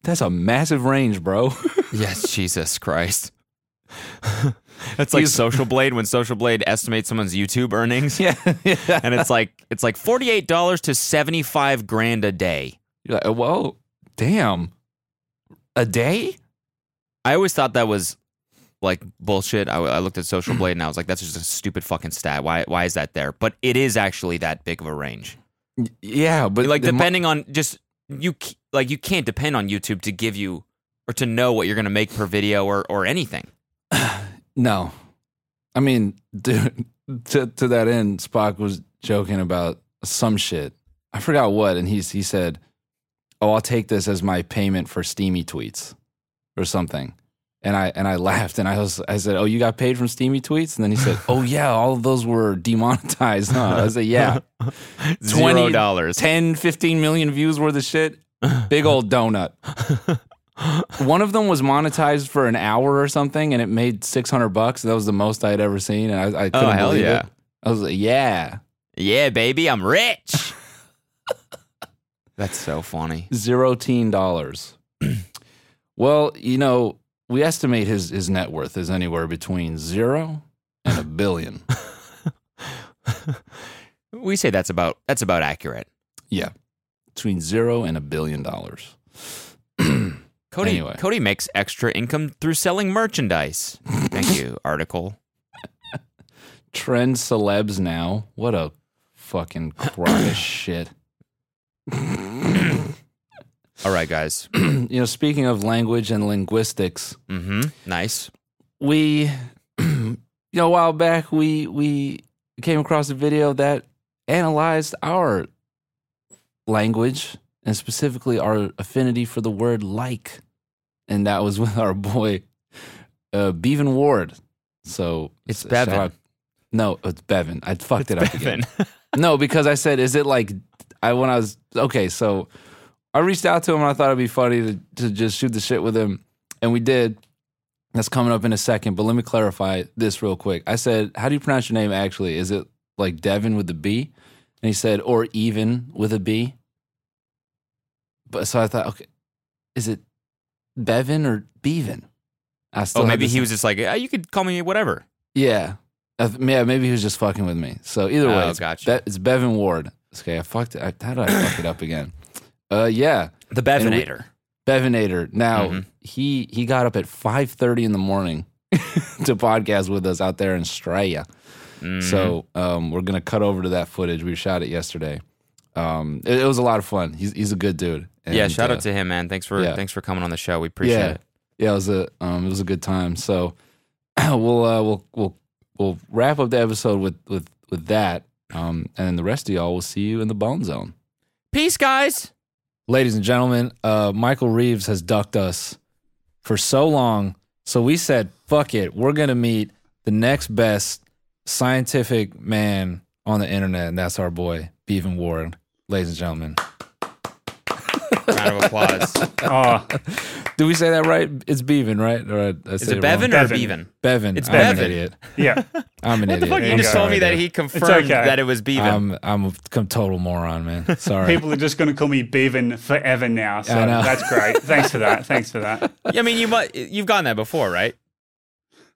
Speaker 5: that's a massive range bro
Speaker 6: Yes, Jesus Christ. That's like
Speaker 5: He's-
Speaker 6: Social Blade when Social Blade estimates someone's YouTube earnings,
Speaker 5: yeah, yeah.
Speaker 6: and it's like it's like forty eight dollars to seventy five grand a day.
Speaker 5: you're like whoa damn a day
Speaker 6: I always thought that was like bullshit. I, I looked at Social Blade and I was like, that's just a stupid fucking stat. Why why is that there? But it is actually that big of a range.
Speaker 5: yeah but
Speaker 6: like
Speaker 5: the mo-
Speaker 6: depending on just you c- like you can't depend on YouTube to give you or to know what you're gonna make per video or or anything.
Speaker 5: no i mean dude to, to that end spock was joking about some shit i forgot what and he's he said oh i'll take this as my payment for steamy tweets or something. And I and I laughed and I was I said, "Oh, you got paid from steamy tweets?" And then he said, "Oh yeah, all of those were demonetized." Huh? I said, "Yeah,
Speaker 6: Zero dollars.
Speaker 5: 10, 15 million views worth of shit, big old donut." One of them was monetized for an hour or something, and it made six hundred bucks. That was the most I had ever seen, and I, I couldn't
Speaker 6: Oh, hell
Speaker 5: believe
Speaker 6: yeah.
Speaker 5: it. I was like, yeah,
Speaker 6: Yeah, baby, I'm rich. That's so funny.
Speaker 5: zero teen dollars. well, you know, we estimate his his net worth is anywhere between zero and a billion.
Speaker 6: We say that's about that's about accurate.
Speaker 5: yeah, between zero and a billion dollars.
Speaker 6: Cody
Speaker 5: Anyway.
Speaker 6: Cody makes extra income through selling merchandise. Thank you, article.
Speaker 5: Trend celebs now. What a fucking crock of shit.
Speaker 6: All right, guys.
Speaker 5: you know, speaking of language and linguistics,
Speaker 6: hmm Nice.
Speaker 5: we you know a while back we we came across a video that analyzed our language and specifically our affinity for the word like and that was with our boy uh bevan ward so
Speaker 6: It's
Speaker 5: s-
Speaker 6: Bevan.
Speaker 5: shout out- no it's bevan i fucked it up again
Speaker 6: Bevan.
Speaker 5: no, because I said, is it like I when I was okay? So I reached out to him and I thought it'd be funny to, to just shoot the shit with him, and we did. That's coming up in a second, but let me clarify this real quick. I said, how do you pronounce your name actually? Is it like Devin with the B? And he said, or even with a B. But so I thought, okay, is it Bevin or Bevan? I still
Speaker 6: Oh,
Speaker 5: had
Speaker 6: maybe
Speaker 5: this-
Speaker 6: he was just like, "Ah, you could call me whatever.
Speaker 5: yeah. I th- yeah, maybe he was just fucking with me. So either way,
Speaker 6: Oh,
Speaker 5: it's,
Speaker 6: gotcha.
Speaker 5: Be- it's Bevan Ward. Okay, I fucked it. I, how did I fuck it up again? Uh, yeah,
Speaker 6: The
Speaker 5: Bevinator. Bevinator. Now
Speaker 6: Mhm.
Speaker 5: he he got up at five thirty in the morning to podcast with us out there in Australia.
Speaker 6: Mm-hmm.
Speaker 5: So um, we're gonna cut over to that footage. We shot it yesterday. Um, it, it was a lot of fun. He's he's a good dude.
Speaker 6: yeah,
Speaker 5: And,
Speaker 6: shout
Speaker 5: uh,
Speaker 6: out to him, man. Thanks for
Speaker 5: yeah.
Speaker 6: thanks for coming on the show. We appreciate
Speaker 5: yeah.
Speaker 6: it.
Speaker 5: Yeah, it was a um, it was a good time. So we'll uh, we'll we'll we'll wrap up the episode with with with that, um, and the rest of y'all will see you in the bone zone,
Speaker 6: Peace, guys.
Speaker 5: ladies and gentlemen. Uh, Michael Reeves has ducked us for so long, so we said, "Fuck it, we're gonna meet the next best scientific man on the internet," and that's our boy Bevan Ward, ladies and gentlemen.
Speaker 6: Round of applause.
Speaker 9: Oh,
Speaker 5: Do we say that right? It's Bevan, right? Or I- I
Speaker 6: Is it
Speaker 5: said wrong?
Speaker 6: Bevan or
Speaker 9: Bevan.
Speaker 6: Bevan?
Speaker 5: Bevan.
Speaker 6: It's
Speaker 5: I'm an
Speaker 6: Bevan.
Speaker 5: idiot.
Speaker 9: yeah.
Speaker 5: I'm an idiot.
Speaker 6: Fuck, you
Speaker 9: There you
Speaker 6: just
Speaker 9: go.
Speaker 6: told me that he confirmed
Speaker 9: okay.
Speaker 6: that it was Bevan.
Speaker 5: I'm I'm a com- total moron, man. Sorry.
Speaker 9: People are just going to call me Bevan forever now. So
Speaker 5: I know.
Speaker 9: that's great. Thanks for that. Thanks for that.
Speaker 6: Yeah, I mean, you mu- you've gotten that before, right?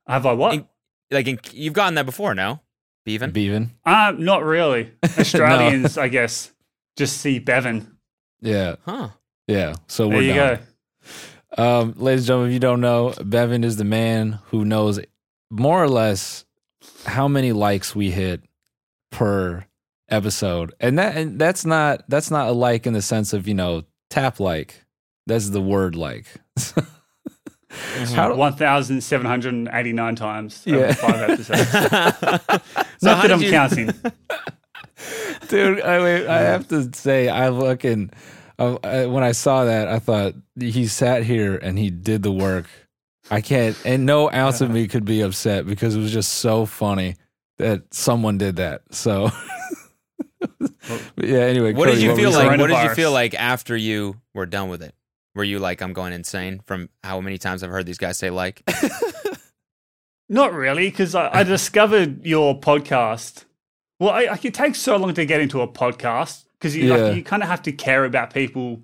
Speaker 9: Have I what?
Speaker 6: In- Like in, you've gotten that before, no? Bevan.
Speaker 5: Bevan.
Speaker 9: Uh, not really. Australians, I guess, just see Bevan.
Speaker 5: Yeah,
Speaker 6: huh.
Speaker 5: yeah. So
Speaker 9: There
Speaker 5: we're
Speaker 9: you
Speaker 5: done.
Speaker 9: go.
Speaker 5: Um, ladies and gentlemen, if you don't know, Bevan is the man who knows more or less how many likes we hit per episode, and that and that's not that's not a like in the sense of you know tap like. That's the word like.
Speaker 6: Mm-hmm.
Speaker 5: How-
Speaker 9: 1,789 times over
Speaker 5: Yeah.
Speaker 9: five episodes.
Speaker 6: So
Speaker 9: Not
Speaker 6: how
Speaker 9: that
Speaker 6: did
Speaker 9: I'm
Speaker 6: you-
Speaker 9: counting.
Speaker 5: dude. I mean, I have to say, I fucking I, I, when I saw that, I thought he sat here and he did the work. I can't, and no ounce of me could be upset because it was just so funny that someone did that. So, But yeah. Anyway,
Speaker 6: What did
Speaker 5: Cody,
Speaker 6: you
Speaker 5: were
Speaker 6: feel
Speaker 5: you
Speaker 6: like?
Speaker 5: saying?
Speaker 6: What did you
Speaker 9: Coronavirus.
Speaker 6: feel like after you were done with it? Were you like, I'm going insane from how many times I've heard these guys say like?
Speaker 9: Not really, because I, I discovered your podcast. Well, I, like it takes so long to get into a podcast because you
Speaker 5: Yeah.
Speaker 9: like, you kind of have to care about people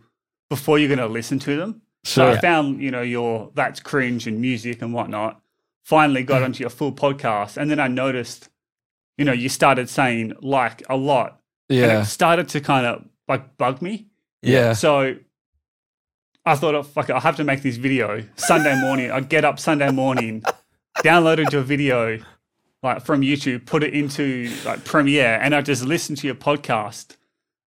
Speaker 9: before you're going to listen to them. So
Speaker 5: Sure.
Speaker 9: I found you know your that's cringe and music and whatnot. Finally got onto your full podcast, and then I noticed, you know, you started saying like a lot, and
Speaker 5: Yeah,
Speaker 9: it started to kind of like bug me.
Speaker 5: yeah,
Speaker 9: So I thought, oh, fuck it, I have to make this video Sunday morning. I get up Sunday morning, downloaded your video like from YouTube, put it into like Premiere, and I just listened to your podcast.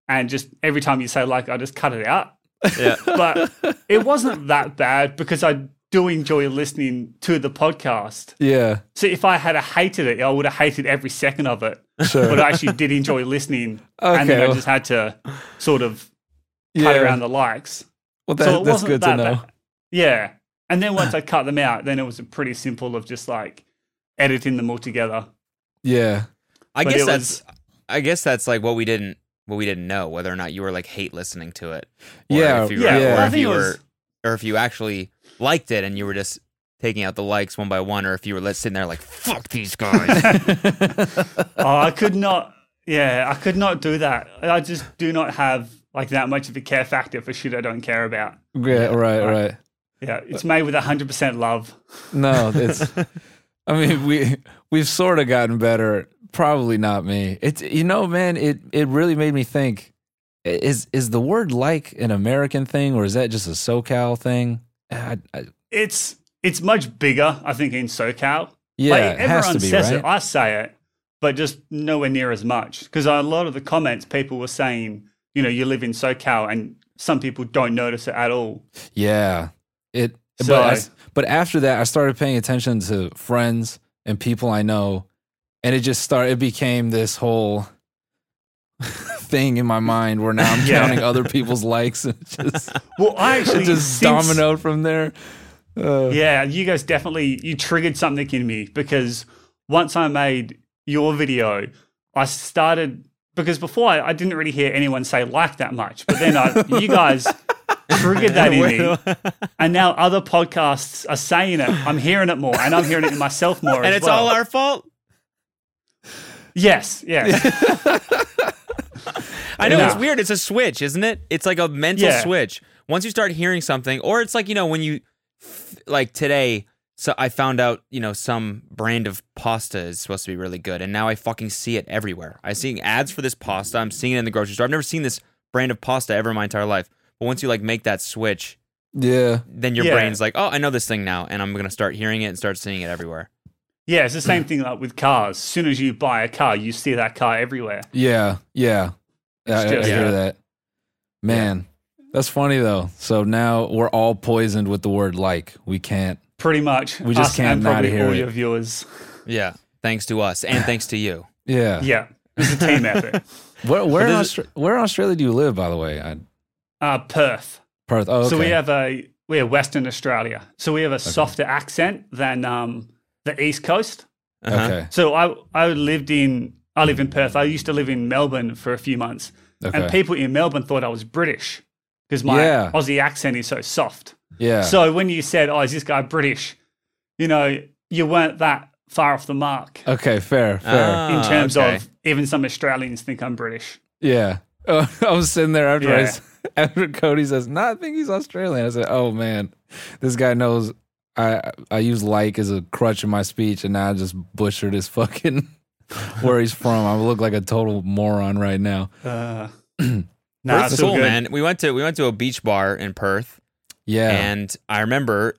Speaker 9: And just every time you say like, I just cut it out.
Speaker 6: yeah.
Speaker 9: But it wasn't that bad because I do enjoy listening to the podcast.
Speaker 5: yeah.
Speaker 9: So if I had hated it, I would have hated every second of it.
Speaker 5: Sure.
Speaker 9: But I actually did enjoy listening, and
Speaker 5: Okay,
Speaker 9: then I
Speaker 5: well-
Speaker 9: just had to sort of
Speaker 5: yeah.
Speaker 9: cut around the likes
Speaker 5: well, that,
Speaker 9: so it
Speaker 5: that's
Speaker 9: wasn't
Speaker 5: good
Speaker 9: that
Speaker 5: to know.
Speaker 9: bad. Yeah. And then once I cut them out, then it was pretty simple of just like editing them all together.
Speaker 5: Yeah,
Speaker 6: I
Speaker 9: But
Speaker 6: guess
Speaker 9: it
Speaker 6: that's. I guess that's like what we didn't what we didn't know whether or not you were like hate listening to it. Or
Speaker 5: Yeah,
Speaker 6: If you
Speaker 9: yeah.
Speaker 6: Were,
Speaker 9: Well,
Speaker 6: or
Speaker 9: I
Speaker 6: if
Speaker 9: think
Speaker 6: you
Speaker 9: it
Speaker 6: were,
Speaker 9: was-
Speaker 6: or if you actually liked it and you were just taking out the likes one by one, or if you were let sitting there like fuck these guys.
Speaker 9: oh, I could not. Yeah, I could not do that. I just do not have like that much of a care factor for shit I don't care about.
Speaker 5: Yeah, right, right.
Speaker 9: Yeah, it's made with hundred percent love.
Speaker 5: No, it's. I mean, we we've sort of gotten better. Probably not me. It's you know, man. It it really made me think. i- Is is the word like an American thing or is that just a SoCal thing? I, I,
Speaker 9: It's it's much bigger, I think, in SoCal.
Speaker 5: yeah,
Speaker 9: like,
Speaker 5: it
Speaker 9: everyone
Speaker 5: has to be
Speaker 9: says
Speaker 5: right.
Speaker 9: it. I say it, but just nowhere near as much. Because a lot of the comments people were saying, you know, you live in SoCal, and some people don't notice it at all.
Speaker 5: Yeah. It
Speaker 9: So
Speaker 5: but, I
Speaker 9: I-
Speaker 5: s- but after that I started paying attention to friends and people I know and it just started it became this whole thing in my mind where now I'm
Speaker 9: Yeah.
Speaker 5: counting other people's likes and it just
Speaker 9: Well, I actually
Speaker 5: it just
Speaker 9: since-
Speaker 5: dominoed from there. Uh,
Speaker 9: Yeah, you guys definitely you triggered something in me because once I made your video, I started because before I, I didn't really hear anyone say like that much, but then I, you guys triggered that in me, and now other podcasts are saying it. I'm hearing it more, and I'm hearing it in myself more.
Speaker 6: and
Speaker 9: as
Speaker 6: it's
Speaker 9: well.
Speaker 6: all our fault.
Speaker 9: yes, yes,
Speaker 6: I know it's
Speaker 9: Yeah.
Speaker 6: weird. It's a switch, isn't it? It's like a mental
Speaker 9: Yeah.
Speaker 6: switch. Once you start hearing something, or it's like you know when you f- like today. So I found out you know some brand of pasta is supposed to be really good, and now I fucking see it everywhere. I'm seeing ads for this pasta. I'm seeing it in the grocery store. I've never seen this brand of pasta ever in my entire life. But once you like make that switch,
Speaker 5: yeah.
Speaker 6: then your
Speaker 9: Yeah.
Speaker 6: brain's like, oh, I know this thing now, and I'm gonna start hearing it and start seeing it everywhere.
Speaker 9: yeah. It's the same thing like with cars. As soon as you buy a car, you see that car everywhere.
Speaker 5: Yeah. Yeah. I, I- I
Speaker 9: just-
Speaker 5: hear
Speaker 9: Yeah.
Speaker 5: that. Man, that's funny though. So now we're all poisoned with the word like. We can't
Speaker 9: Pretty much,
Speaker 5: We just
Speaker 9: us
Speaker 5: can't
Speaker 9: and
Speaker 5: not
Speaker 9: probably
Speaker 5: hear
Speaker 9: all
Speaker 5: it.
Speaker 9: your viewers.
Speaker 6: Yeah, thanks to us and thanks to you.
Speaker 5: yeah.
Speaker 9: Yeah, it's a team effort.
Speaker 5: Where where in,
Speaker 6: does
Speaker 5: Austra- where in Australia do you live, by the way? I,
Speaker 9: Uh, Perth.
Speaker 5: Perth. Oh, okay.
Speaker 9: So we have a we are Western Australia. So we have a softer accent than um, the East Coast.
Speaker 6: Uh-huh.
Speaker 5: okay.
Speaker 9: So I I lived in I live in Perth. I used to live in Melbourne for a few months,
Speaker 5: Okay.
Speaker 9: and people in Melbourne thought I was British because my
Speaker 5: Yeah.
Speaker 9: Aussie accent is so soft.
Speaker 5: yeah.
Speaker 9: So when you said, "Oh, is this guy British?" You know, you weren't that far off the mark
Speaker 5: okay. Fair. Fair.
Speaker 6: Ah,
Speaker 9: in terms
Speaker 6: okay.
Speaker 9: of even some Australians think I'm British.
Speaker 5: yeah. Oh, I was sitting there after I
Speaker 9: Yeah.
Speaker 5: s after Cody says, "No, I think he's Australian." I said, "Oh man, this guy knows." I I use like as a crutch in my speech, and now I just butchered his fucking where he's from. I look like a total moron right now.
Speaker 9: Uh, nah,
Speaker 6: Perth's
Speaker 9: it's all
Speaker 6: cool,
Speaker 9: good.
Speaker 6: man. We went to we went to a beach bar in Perth,
Speaker 5: Yeah.
Speaker 6: and I remember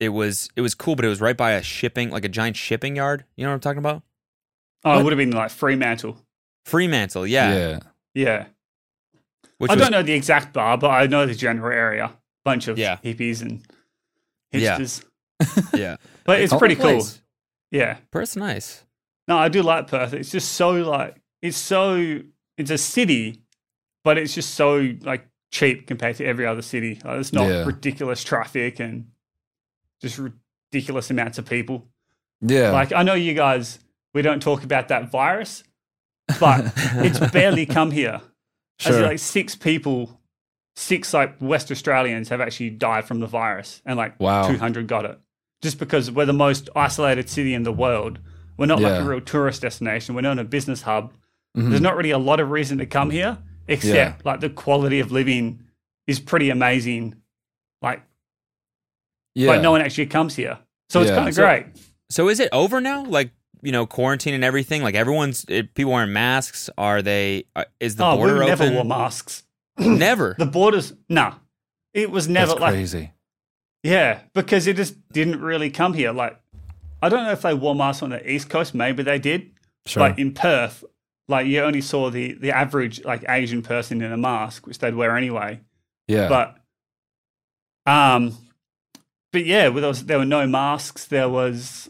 Speaker 6: it was it was cool, but it was right by a shipping like a giant shipping yard. You know what I'm talking about?
Speaker 9: Oh, it would have been like Fremantle.
Speaker 6: Fremantle, yeah.
Speaker 5: Yeah.
Speaker 9: Yeah.
Speaker 6: Which
Speaker 9: I
Speaker 6: was,
Speaker 9: don't know the exact bar, but I know the general area. Bunch of
Speaker 6: Yeah.
Speaker 9: hippies and
Speaker 6: Yeah.
Speaker 9: hipsters.
Speaker 6: Yeah,
Speaker 9: But it's
Speaker 5: Oh,
Speaker 9: pretty cool.
Speaker 6: place.
Speaker 9: Yeah.
Speaker 6: Perth's nice.
Speaker 9: No, I do like Perth. It's just so like it's so it's a city, but it's just so like cheap compared to every other city. Like, it's not
Speaker 5: Yeah.
Speaker 9: ridiculous traffic and just ridiculous amounts of people.
Speaker 5: Yeah.
Speaker 9: Like I know you guys we don't talk about that virus, but it's barely come here. I see
Speaker 5: sure.
Speaker 9: like six people, six like West Australians have actually died from the virus, and like
Speaker 5: Wow.
Speaker 9: 200 got it. Just because we're the most isolated city in the world, we're not like
Speaker 5: Yeah.
Speaker 9: a real tourist destination. We're not a business hub.
Speaker 5: Mhm.
Speaker 9: There's not really a lot of reason to come here, except like the quality of living is pretty amazing. Like,
Speaker 5: yeah.
Speaker 9: but no one actually comes here, so it's
Speaker 5: Yeah.
Speaker 9: kind of
Speaker 5: So-
Speaker 9: great.
Speaker 6: So is it over now? Like you know, quarantine and everything. Like everyone's it, people wearing masks. Are they? Uh, is the
Speaker 9: oh, we
Speaker 6: border open?
Speaker 9: never wore masks.
Speaker 6: Never.
Speaker 9: The borders, nah. It was never
Speaker 5: That's
Speaker 9: like
Speaker 5: crazy.
Speaker 9: Yeah, because it just didn't really come here. Like, I don't know if they wore masks on the East Coast. Maybe they did.
Speaker 5: Sure.
Speaker 9: But in Perth, like you only saw the the average like Asian person in a mask, which they'd wear anyway.
Speaker 5: yeah.
Speaker 9: But, um, but yeah, well, there, was, there were no masks. There was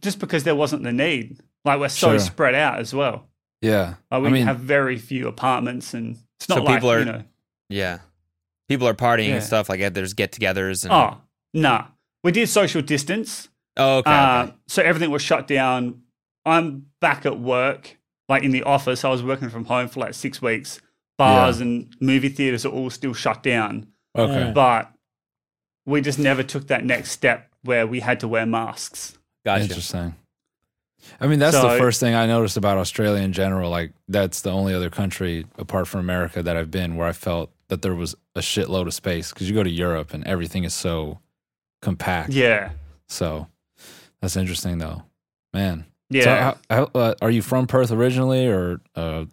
Speaker 9: just because there wasn't the need. Like we're so
Speaker 5: Sure.
Speaker 9: spread out as well.
Speaker 5: yeah.
Speaker 9: Like, we
Speaker 5: I mean,
Speaker 9: have very few apartments, and it's
Speaker 6: So
Speaker 9: not like
Speaker 6: people are-
Speaker 9: you know.
Speaker 6: yeah. People are partying
Speaker 9: Yeah.
Speaker 6: and stuff. Like there's get-togethers and
Speaker 9: Oh, nah. We did social distance.
Speaker 6: oh okay.
Speaker 9: Uh,
Speaker 6: okay.
Speaker 9: So everything was shut down. I'm back at work, like in the office. I was working from home for like six weeks. Bars and movie theaters are all still shut down.
Speaker 5: okay.
Speaker 9: But We just never took that next step where we had to wear masks.
Speaker 6: Gotcha.
Speaker 5: Interesting. I mean, that's the
Speaker 9: So-
Speaker 5: first thing I noticed about Australia in general. Like, that's the only other country apart from America that I've been where I felt that there was a shitload of space. Because you go to Europe and everything is so compact.
Speaker 9: Yeah.
Speaker 5: So that's interesting, though. Man.
Speaker 9: Yeah.
Speaker 5: So how, how, uh, are you from Perth originally, or uh,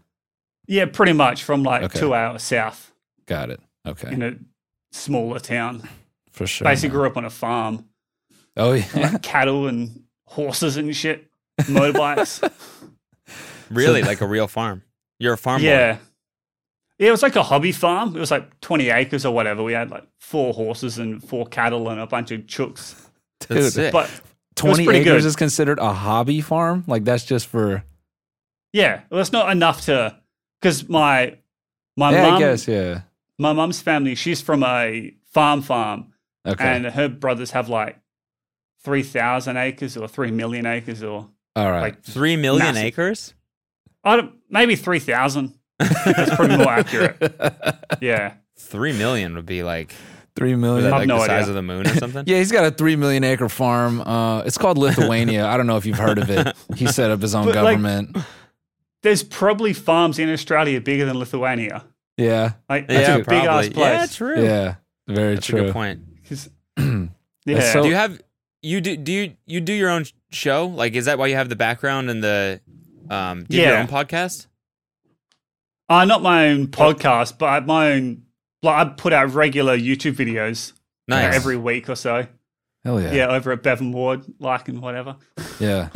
Speaker 9: yeah, pretty much from like
Speaker 5: Okay.
Speaker 9: two hours south
Speaker 5: got it? Okay,
Speaker 9: in a smaller town.
Speaker 5: for sure.
Speaker 9: Basically
Speaker 5: man.
Speaker 9: grew up on a farm.
Speaker 5: Oh yeah.
Speaker 9: Like cattle and horses and shit. Motorbikes.
Speaker 6: Really, like a real farm. You're a farm boy.
Speaker 9: yeah. Yeah, it was like a hobby farm. It was like 20 acres or whatever. We had like four horses and four cattle and a bunch of chooks.
Speaker 6: That's
Speaker 5: Dude,
Speaker 6: sick.
Speaker 9: But
Speaker 5: Twenty
Speaker 9: pretty
Speaker 5: acres
Speaker 9: good.
Speaker 5: is considered a hobby farm. Like that's just for
Speaker 9: yeah, well, it's not enough to because my my
Speaker 5: yeah, I
Speaker 9: mum
Speaker 5: guess yeah.
Speaker 9: my mum's family she's from a farm farm
Speaker 5: Okay,
Speaker 9: and her brothers have like three thousand acres or three million acres or
Speaker 5: all right.
Speaker 9: uh, like
Speaker 6: Three million
Speaker 9: Massive.
Speaker 6: acres?
Speaker 9: I don't, maybe three thousand. That's probably more accurate. Yeah,
Speaker 6: Three million would be like,
Speaker 5: Three
Speaker 6: was
Speaker 5: million.
Speaker 6: that
Speaker 9: Have
Speaker 6: like
Speaker 9: no
Speaker 6: the
Speaker 9: idea.
Speaker 6: size of the moon or something?
Speaker 5: Yeah, he's got a three million acre farm. Uh, it's called Lithuania. I don't know if you've heard of it. He set up his own
Speaker 9: But, like-
Speaker 5: government.
Speaker 9: there's probably farms in Australia bigger than Lithuania.
Speaker 5: yeah,
Speaker 9: Like
Speaker 6: Yeah,
Speaker 9: that's a big
Speaker 6: probably.
Speaker 9: ass
Speaker 6: Yeah,
Speaker 9: place.
Speaker 6: true.
Speaker 5: yeah, very
Speaker 6: That's a
Speaker 5: true.
Speaker 6: good point.
Speaker 9: 'Cause-
Speaker 5: That's
Speaker 9: yeah,
Speaker 5: so-
Speaker 6: do you have you do do you you do your own sh- show? Like, is that why you have the background and the um? Do you have your
Speaker 9: Yeah.
Speaker 6: own podcast?
Speaker 9: Uh, not my own podcast, but my own. Like I put out regular YouTube videos
Speaker 6: Nice.
Speaker 9: every week or so.
Speaker 5: Hell
Speaker 9: Yeah,
Speaker 5: yeah, yeah.
Speaker 9: over at Bevan Ward, like and whatever.
Speaker 6: got
Speaker 9: Got to get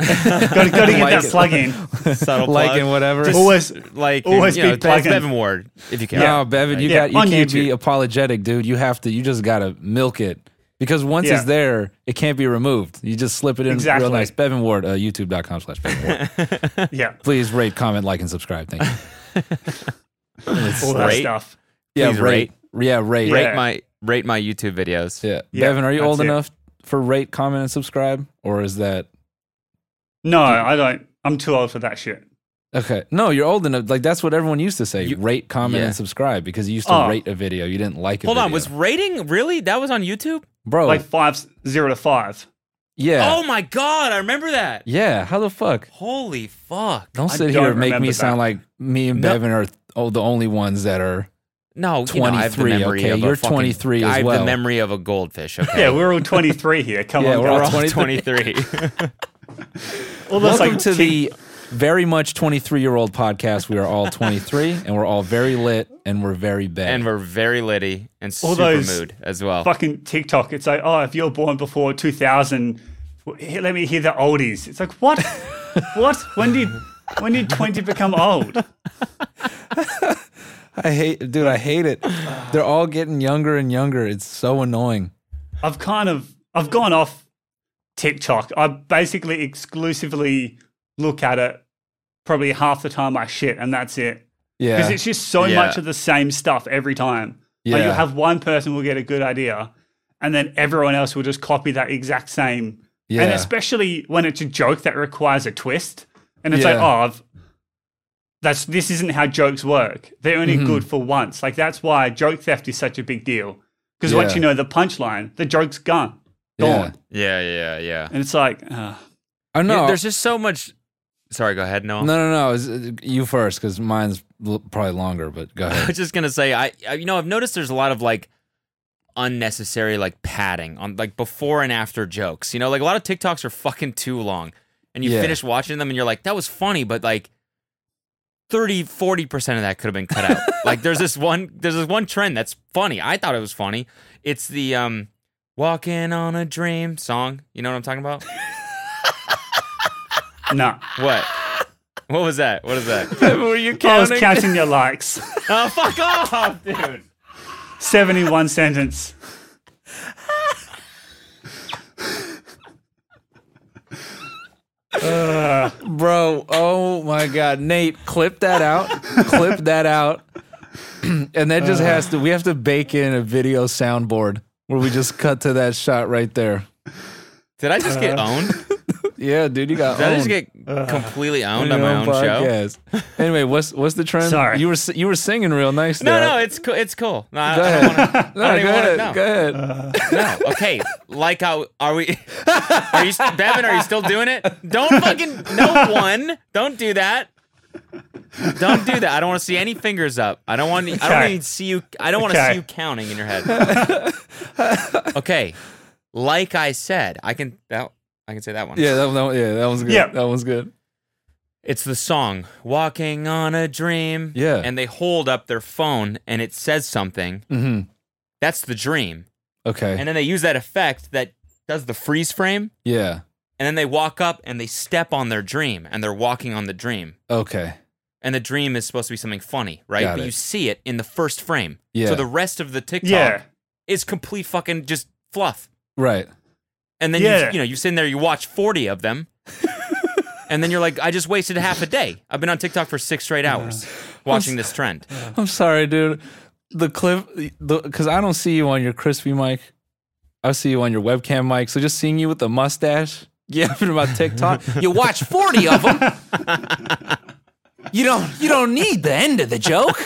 Speaker 9: that
Speaker 5: it.
Speaker 9: plug in.
Speaker 6: Subtle
Speaker 5: like
Speaker 6: plug.
Speaker 5: and whatever.
Speaker 6: Just-
Speaker 9: Always.
Speaker 6: like
Speaker 9: Always
Speaker 6: you know,
Speaker 9: be
Speaker 6: it's- it's
Speaker 9: plugging.
Speaker 6: Bevan Ward if you can.
Speaker 5: No, Bevan, you
Speaker 9: Yeah,
Speaker 5: got you
Speaker 9: on
Speaker 5: can't be
Speaker 9: YouTube.
Speaker 5: apologetic, dude. You have to. You just gotta milk it because once
Speaker 9: Yeah.
Speaker 5: it's there, it can't be removed. You just slip it in
Speaker 9: Exactly.
Speaker 5: real nice. Bevan Ward, uh, YouTube.com slash Bevan Ward.
Speaker 9: Yeah,
Speaker 5: Please rate, comment, like, and subscribe. Thank you.
Speaker 9: all that
Speaker 6: Rate.
Speaker 9: stuff.
Speaker 5: Yeah,
Speaker 6: Please
Speaker 5: rate. Yeah, rate.
Speaker 6: Rate
Speaker 9: Yeah.
Speaker 6: my rate my YouTube videos.
Speaker 5: Yeah.
Speaker 9: Yeah,
Speaker 5: Bevan, are you
Speaker 9: that's
Speaker 5: old
Speaker 9: it.
Speaker 5: enough for rate, comment, and subscribe, or is that
Speaker 9: No, I don't. I'm too old for that shit.
Speaker 5: okay? No, you're old enough. Like that's what everyone used to say:
Speaker 6: You-
Speaker 5: rate, comment,
Speaker 6: yeah.
Speaker 5: and subscribe because you used to
Speaker 9: Oh.
Speaker 5: rate a video. You didn't like. A
Speaker 6: Hold on,
Speaker 5: video.
Speaker 6: was rating really that was on YouTube?
Speaker 5: bro?
Speaker 9: Like five, zero to five.
Speaker 5: yeah,
Speaker 6: Oh my god, I remember that.
Speaker 5: yeah. How the fuck?
Speaker 6: Holy fuck!
Speaker 5: Don't
Speaker 9: I
Speaker 5: sit
Speaker 9: don't
Speaker 5: here and make
Speaker 9: remember
Speaker 5: me sound
Speaker 9: that.
Speaker 5: like me and
Speaker 6: No.
Speaker 5: Bevan are oh, the only ones that are.
Speaker 6: No, you know, I have the
Speaker 5: 23,
Speaker 6: memory
Speaker 5: okay,
Speaker 6: of a
Speaker 5: you're
Speaker 6: fucking-
Speaker 5: 23 as
Speaker 6: I have the
Speaker 5: well.
Speaker 6: memory of a goldfish. Okay,
Speaker 9: Yeah, we're all 23 here. Come
Speaker 5: Yeah,
Speaker 9: on,
Speaker 5: we're
Speaker 9: guys.
Speaker 5: all
Speaker 6: all
Speaker 5: 23.
Speaker 6: 23.
Speaker 9: All those,
Speaker 5: Welcome
Speaker 9: like,
Speaker 5: to
Speaker 9: teen-
Speaker 5: the very much 23 year old podcast. We are all 23 and we're all very lit and we're very bad.
Speaker 6: and we're very litty and super
Speaker 9: All those
Speaker 6: mood as well.
Speaker 9: fucking TikTok. It's like, oh, if you're born before 2000, w- here, let me hear the oldies. It's like, what? what? When did when did 20 become old?
Speaker 5: I hate, dude, I hate it. They're all getting younger and younger. It's so annoying.
Speaker 9: I've kind of I've gone off TikTok. I basically exclusively look at it probably half the time I shit, and that's it.
Speaker 5: Yeah.
Speaker 9: Because it's just so
Speaker 6: Yeah.
Speaker 9: much of the same stuff every time. Like you
Speaker 5: Yeah.
Speaker 9: have one person will get a good idea, and then everyone else will just copy that exact same.
Speaker 5: Yeah.
Speaker 9: And especially when it's a joke that requires a twist, and it's like,
Speaker 5: Yeah.
Speaker 9: oh, I've, that's this isn't how jokes work. They're only
Speaker 5: Mm-hmm.
Speaker 9: good for once. Like that's why joke theft is such a big deal. Because once
Speaker 5: Yeah.
Speaker 9: you know the punchline, the joke's gone,
Speaker 5: Yeah.
Speaker 9: gone,
Speaker 6: yeah, yeah, yeah.
Speaker 9: and it's like, uh,
Speaker 5: I know.
Speaker 6: Yeah, There's just so much. Sorry, go ahead, Noah.
Speaker 5: no, no, no. It's, uh, you first because mine's l- probably longer, but go
Speaker 6: I
Speaker 5: ahead.
Speaker 6: was just gonna say, I, I you know I've noticed there's a lot of like unnecessary like padding on like before and after jokes. You know, like a lot of TikToks are fucking too long, and you
Speaker 5: Yeah.
Speaker 6: finish watching them and you're like, that was funny, but like. 30 40% of that could have been cut out. like there's this one there's this one trend that's funny. I thought it was funny. It's the um walking on a dream song. You know what I'm talking about?
Speaker 9: nah.
Speaker 6: What? What was that? What is that?
Speaker 5: Were you
Speaker 9: I was counting your likes.
Speaker 6: oh, fuck off, dude.
Speaker 9: Seventy-one sentence.
Speaker 5: Bro, oh my God. Nate, clip that out. clip that out. and that just has to, we have to bake in a video soundboard where we just cut to that shot right there.
Speaker 6: Did I just get owned?
Speaker 5: Yeah, dude, you got
Speaker 6: Did I just
Speaker 5: owned.
Speaker 6: get
Speaker 9: Ugh.
Speaker 6: completely owned
Speaker 5: Your
Speaker 6: on my own show?
Speaker 5: podcast. Anyway, what's what's the trend?
Speaker 9: Sorry.
Speaker 5: you were si- you were singing real nice.
Speaker 6: No,
Speaker 5: there.
Speaker 6: no, it's cool. It's cool. No, I,
Speaker 5: Go
Speaker 6: I
Speaker 5: ahead.
Speaker 6: don't want to.
Speaker 5: No,
Speaker 6: I don't
Speaker 5: go,
Speaker 6: even wanna
Speaker 5: ahead,
Speaker 6: know. Uh.
Speaker 5: go ahead.
Speaker 6: No, okay. Like how are we? Are you, Bevin? Are you still doing it? Don't fucking no one. Don't do that. Don't do that. I don't want to see any fingers up. I don't want. I don't
Speaker 9: Okay.
Speaker 6: want to see you. I don't want to
Speaker 9: Okay.
Speaker 6: see you counting in your head. Okay, like I said, I can. That I can say that one.
Speaker 5: Yeah, that, that yeah, that was good.
Speaker 9: Yeah.
Speaker 5: That was good.
Speaker 6: It's the song "Walking on a Dream."
Speaker 5: Yeah.
Speaker 6: and they hold up their phone and it says something.
Speaker 5: hmm
Speaker 6: That's the dream,
Speaker 5: Okay.
Speaker 6: and then they use that effect that does the freeze frame.
Speaker 5: yeah.
Speaker 6: And then they walk up and they step on their dream and they're walking on the dream.
Speaker 5: Okay.
Speaker 6: And the dream is supposed to be something funny, right?
Speaker 5: Got
Speaker 6: but
Speaker 5: it.
Speaker 6: you see it in the first frame.
Speaker 5: Yeah.
Speaker 6: So the rest of the TikTok
Speaker 9: Yeah.
Speaker 6: is complete fucking just fluff.
Speaker 5: Right.
Speaker 6: And then you,
Speaker 9: Yeah.
Speaker 6: you know, you sit in there, you watch 40 of them. and then you're like, I just wasted half a day. I've been on TikTok for six straight hours watching this trend.
Speaker 5: I'm sorry, dude. The clip, because I don't see you on your crispy mic. I see you on your webcam mic. So just seeing you with the mustache, yapping about TikTok, you watch 40 of them. You don't. You don't need the end of the joke.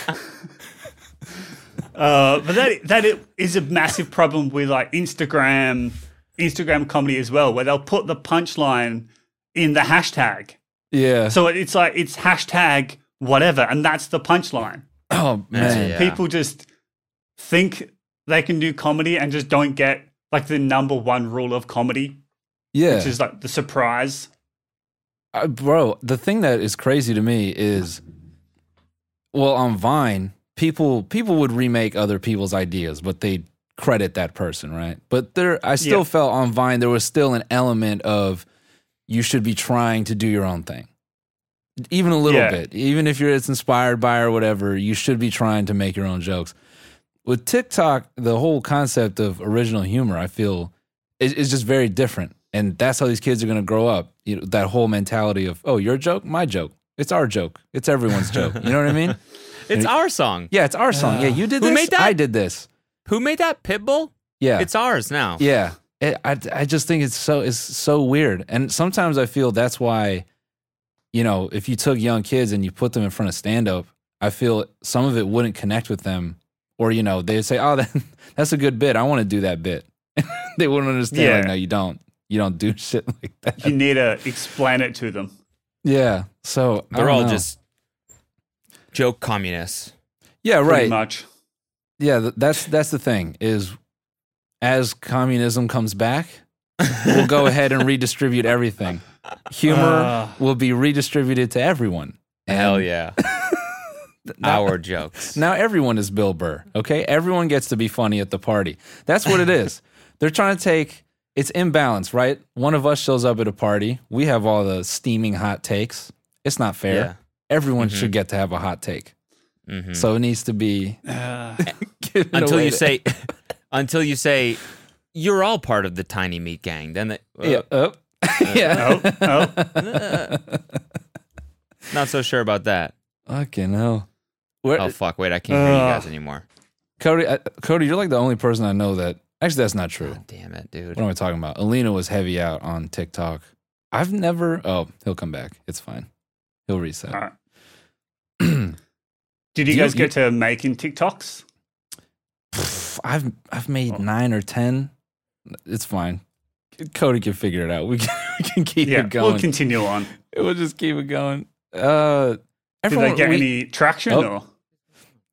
Speaker 9: Uh, but that that i- is a massive problem with like Instagram, Instagram comedy as well, where they'll put the punchline in the hashtag.
Speaker 5: Yeah.
Speaker 9: So it- it's like it's hashtag whatever, and that's the punchline.
Speaker 5: oh man.
Speaker 6: Yeah.
Speaker 9: People just think they can do comedy and just don't get like the number one rule of comedy,
Speaker 5: Yeah.
Speaker 9: which is like the surprise.
Speaker 5: I, bro, the thing that is crazy to me is, well, on Vine, people people would remake other people's ideas, but they credit that person, right? But there, I still
Speaker 9: Yeah.
Speaker 5: felt on Vine there was still an element of you should be trying to do your own thing, even a little
Speaker 9: Yeah.
Speaker 5: bit, even if you're it's inspired by or whatever. You should be trying to make your own jokes. With TikTok, the whole concept of original humor, I feel is, is just very different. And that's how these kids are going to grow up. You know, that whole mentality of, oh, your joke, my joke. It's our joke. It's everyone's joke. You know what I mean?
Speaker 6: It's our song.
Speaker 5: Yeah, it's our song. Yeah, you did
Speaker 6: Who
Speaker 5: this.
Speaker 6: made that?
Speaker 5: I did this.
Speaker 6: Who made that? Pitbull?
Speaker 5: Yeah.
Speaker 6: It's ours now.
Speaker 5: Yeah, it, I I just think it's so it's so weird, and sometimes I feel that's why, you know, if you took young kids and you put them in front of stand up, I feel some of it wouldn't connect with them, or you know, they'd say, "Oh, that, that's a good bit. I want to do that bit." they wouldn't understand. Like,
Speaker 9: Yeah.
Speaker 5: no, you don't. You don't do shit like that.
Speaker 9: You need to explain it to them.
Speaker 5: Yeah. So I
Speaker 6: They're
Speaker 5: don't
Speaker 6: all
Speaker 5: know.
Speaker 6: just joke communists.
Speaker 5: yeah,
Speaker 9: Pretty
Speaker 5: right.
Speaker 9: much.
Speaker 5: Yeah, th- that's that's the thing is, as communism comes back, we'll go ahead and redistribute everything. Humor
Speaker 9: Ah.
Speaker 5: will be redistributed to everyone. And
Speaker 6: Hell yeah. Our jokes.
Speaker 5: Now everyone is Bill Burr. Okay, everyone gets to be funny at the party. That's what it is. They're trying to take it's imbalance, right? One of us shows up at a party. We have all the steaming hot takes. It's not fair.
Speaker 6: Yeah. Mm-hmm.
Speaker 5: Everyone should get to have a hot take.
Speaker 6: Mhm.
Speaker 5: So it needs to be
Speaker 9: Uh,
Speaker 5: given
Speaker 6: until
Speaker 5: away
Speaker 6: you
Speaker 5: to-
Speaker 6: say until you say you're all part of the tiny meat gang then the, uh,
Speaker 5: yeah, oh. yeah.
Speaker 9: oh, oh.
Speaker 6: not so sure about that
Speaker 5: Fucking hell. Where,
Speaker 6: oh fuck wait i can't hear you
Speaker 5: Uh,
Speaker 9: Ugh.
Speaker 6: guys anymore
Speaker 5: Cody, uh, Cody, you're like the only person I know that. Actually, that's not true.
Speaker 6: God damn it dude
Speaker 5: What am I talking about? Alina was heavy out on TikTok. I've never. Oh, he'll come back. It's fine. He'll reset.
Speaker 9: All right. Did
Speaker 5: Do
Speaker 9: you
Speaker 5: you-
Speaker 9: guys
Speaker 5: you-
Speaker 9: get to making TikToks?
Speaker 5: Pff, I've I've made
Speaker 9: Oh.
Speaker 5: nine or ten. It's fine. Cody can figure it out. We can, we can keep
Speaker 9: Yeah,
Speaker 5: it going.
Speaker 9: we'll continue on.
Speaker 5: we'll just keep it going. Uh,
Speaker 9: Did
Speaker 5: everyone,
Speaker 9: they get
Speaker 5: we-
Speaker 9: any traction
Speaker 5: Oh.
Speaker 9: or?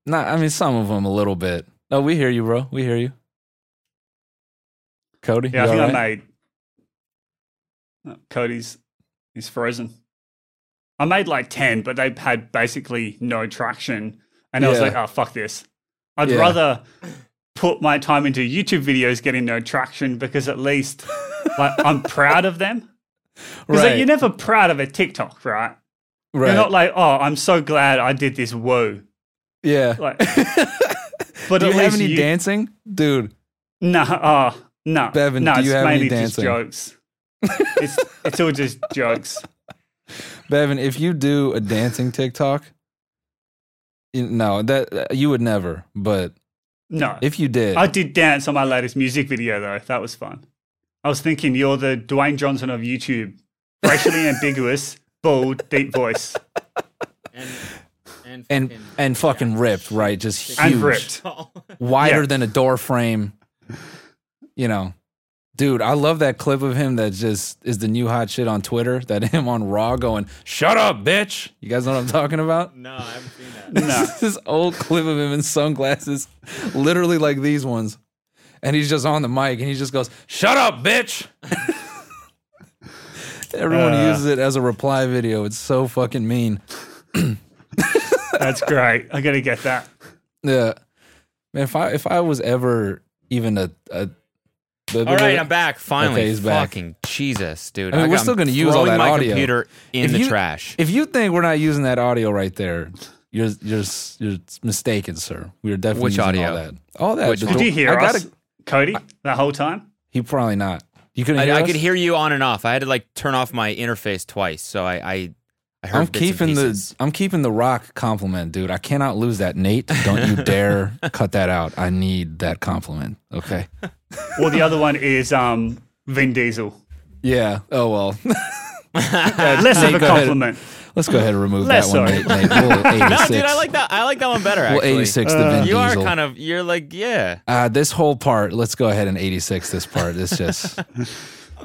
Speaker 5: Nah, I mean some of them a little bit. No, we hear you, bro. We hear you. Cody,
Speaker 9: Yeah, I
Speaker 5: you
Speaker 9: think
Speaker 5: all right?
Speaker 9: I made. No, Cody's, he's frozen. I made like ten, but they had basically no traction, and I was
Speaker 5: Yeah.
Speaker 9: like, "Oh fuck this! I'd
Speaker 5: Yeah.
Speaker 9: rather put my time into YouTube videos getting no traction because at least like I'm proud of them. Because
Speaker 5: Right.
Speaker 9: you're never proud of a TikTok, right?
Speaker 5: right.
Speaker 9: You're not like, "Oh, I'm so glad I did this." Whoa,
Speaker 5: yeah.
Speaker 9: like. But
Speaker 5: do
Speaker 9: at
Speaker 5: you have
Speaker 9: least
Speaker 5: any
Speaker 9: you-
Speaker 5: dancing, dude?
Speaker 9: No, oh, no.
Speaker 5: Bevan,
Speaker 9: no,
Speaker 5: do you
Speaker 9: it's
Speaker 5: have any
Speaker 9: mainly
Speaker 5: dancing?
Speaker 9: just jokes. it's, it's all just jokes.
Speaker 5: Bevan, if you do a dancing TikTok, you- no, that uh, you would never. But
Speaker 9: No.
Speaker 5: if you did,
Speaker 9: I did dance on my latest music video, though. That was fun. I was thinking you're the Dwayne Johnson of YouTube. racially ambiguous, bold, deep voice,
Speaker 6: And and
Speaker 5: and and fucking ripped, right? Just huge,
Speaker 9: and ripped.
Speaker 5: wider
Speaker 9: Yeah.
Speaker 5: than a door frame. You know, dude, I love that clip of him that just is the new hot shit on Twitter. That him on Raw going, "Shut up, bitch." You guys know what I'm talking about?
Speaker 6: No, I haven't seen that.
Speaker 9: No.
Speaker 5: this old clip of him in sunglasses, literally like these ones, and he's just on the mic and he just goes, "Shut up, bitch." Everyone
Speaker 9: Uh.
Speaker 5: uses it as a reply video. It's so fucking mean.
Speaker 9: That's great. I gotta get that.
Speaker 5: Yeah, man. If I if I was ever even a, a
Speaker 6: All right, I'm back. Finally,
Speaker 5: Okay, he's back.
Speaker 6: fucking Jesus, dude.
Speaker 5: I mean, we're
Speaker 6: got-
Speaker 5: still
Speaker 6: I'm
Speaker 5: gonna use all
Speaker 6: throwing
Speaker 5: that
Speaker 6: my
Speaker 5: audio.
Speaker 6: computer in
Speaker 5: If
Speaker 6: the
Speaker 5: you-
Speaker 6: trash.
Speaker 5: If you think we're not using that audio right there, you're you're you're mistaken, sir. We are definitely
Speaker 6: Which
Speaker 5: using
Speaker 6: audio?
Speaker 5: all that. All that.
Speaker 6: Which
Speaker 5: The
Speaker 6: one?
Speaker 9: Did
Speaker 5: door-
Speaker 9: you hear
Speaker 5: I gotta-
Speaker 9: us, Cody, the whole time?
Speaker 5: He probably not. You couldn't.
Speaker 6: I,
Speaker 5: hear
Speaker 6: I
Speaker 5: us?
Speaker 6: could hear you on and off. I had to like turn off my interface twice, so I I, I heard
Speaker 5: I'm
Speaker 6: bits and
Speaker 5: keeping the
Speaker 6: pieces.
Speaker 5: I'm keeping the rock compliment, dude. I cannot lose that, Nate. Don't you dare cut that out. I need that compliment. Okay.
Speaker 9: Well, the other one is um, Vin Diesel.
Speaker 5: Yeah. Oh well.
Speaker 9: Less of
Speaker 5: Nate,
Speaker 9: a
Speaker 5: Ah, go ahead.
Speaker 9: compliment.
Speaker 5: Let's go ahead and remove
Speaker 9: Less
Speaker 5: that one,
Speaker 9: so.
Speaker 5: Nate. Nate. We'll 86.
Speaker 6: No, dude, I like that. I like that one better.
Speaker 5: Well,
Speaker 6: Actually,
Speaker 5: 86 the
Speaker 9: Uh,
Speaker 5: Vin
Speaker 6: You are
Speaker 5: Diesel.
Speaker 6: kind of. You're like, yeah.
Speaker 5: Uh, this whole part, let's go ahead and 86 this part. It's just,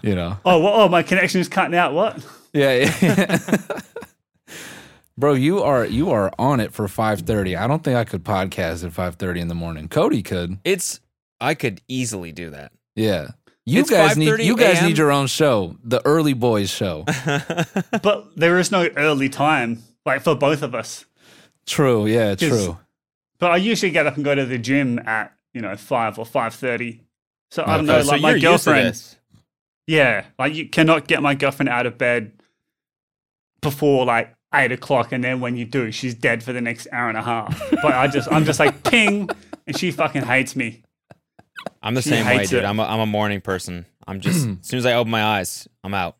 Speaker 5: you know.
Speaker 9: Oh, wha- oh, my connection is cutting out. What?
Speaker 5: Yeah. yeah. Bro, you are you are on it for 5:30. I don't think I could podcast at 5:30 in the morning. Cody could.
Speaker 6: It's. I could easily do that.
Speaker 5: Yeah. You
Speaker 6: It's
Speaker 5: guys need
Speaker 6: 5:30
Speaker 5: you guys
Speaker 6: a.m.?
Speaker 5: need your own show, the Early Boys show.
Speaker 9: But there is no early time, like for both of us.
Speaker 5: true, yeah,
Speaker 9: Just-
Speaker 5: true.
Speaker 9: But I usually get up and go to the gym at you know five or five thirty. So I don't
Speaker 5: Okay.
Speaker 9: know,
Speaker 6: Oh,
Speaker 9: like
Speaker 6: so
Speaker 9: my
Speaker 6: you're used to
Speaker 9: girlfriend.
Speaker 6: this.
Speaker 9: Yeah, like you cannot get my girlfriend out of bed before like eight o'clock, and then when you do, she's dead for the next hour and a half. But I just, I'm just like ping, and she fucking hates me.
Speaker 6: I'm the
Speaker 9: She
Speaker 6: same way,
Speaker 9: hates
Speaker 6: dude.
Speaker 9: it.
Speaker 6: I'm a, I'm a morning person. I'm just as soon as I open my eyes, I'm out.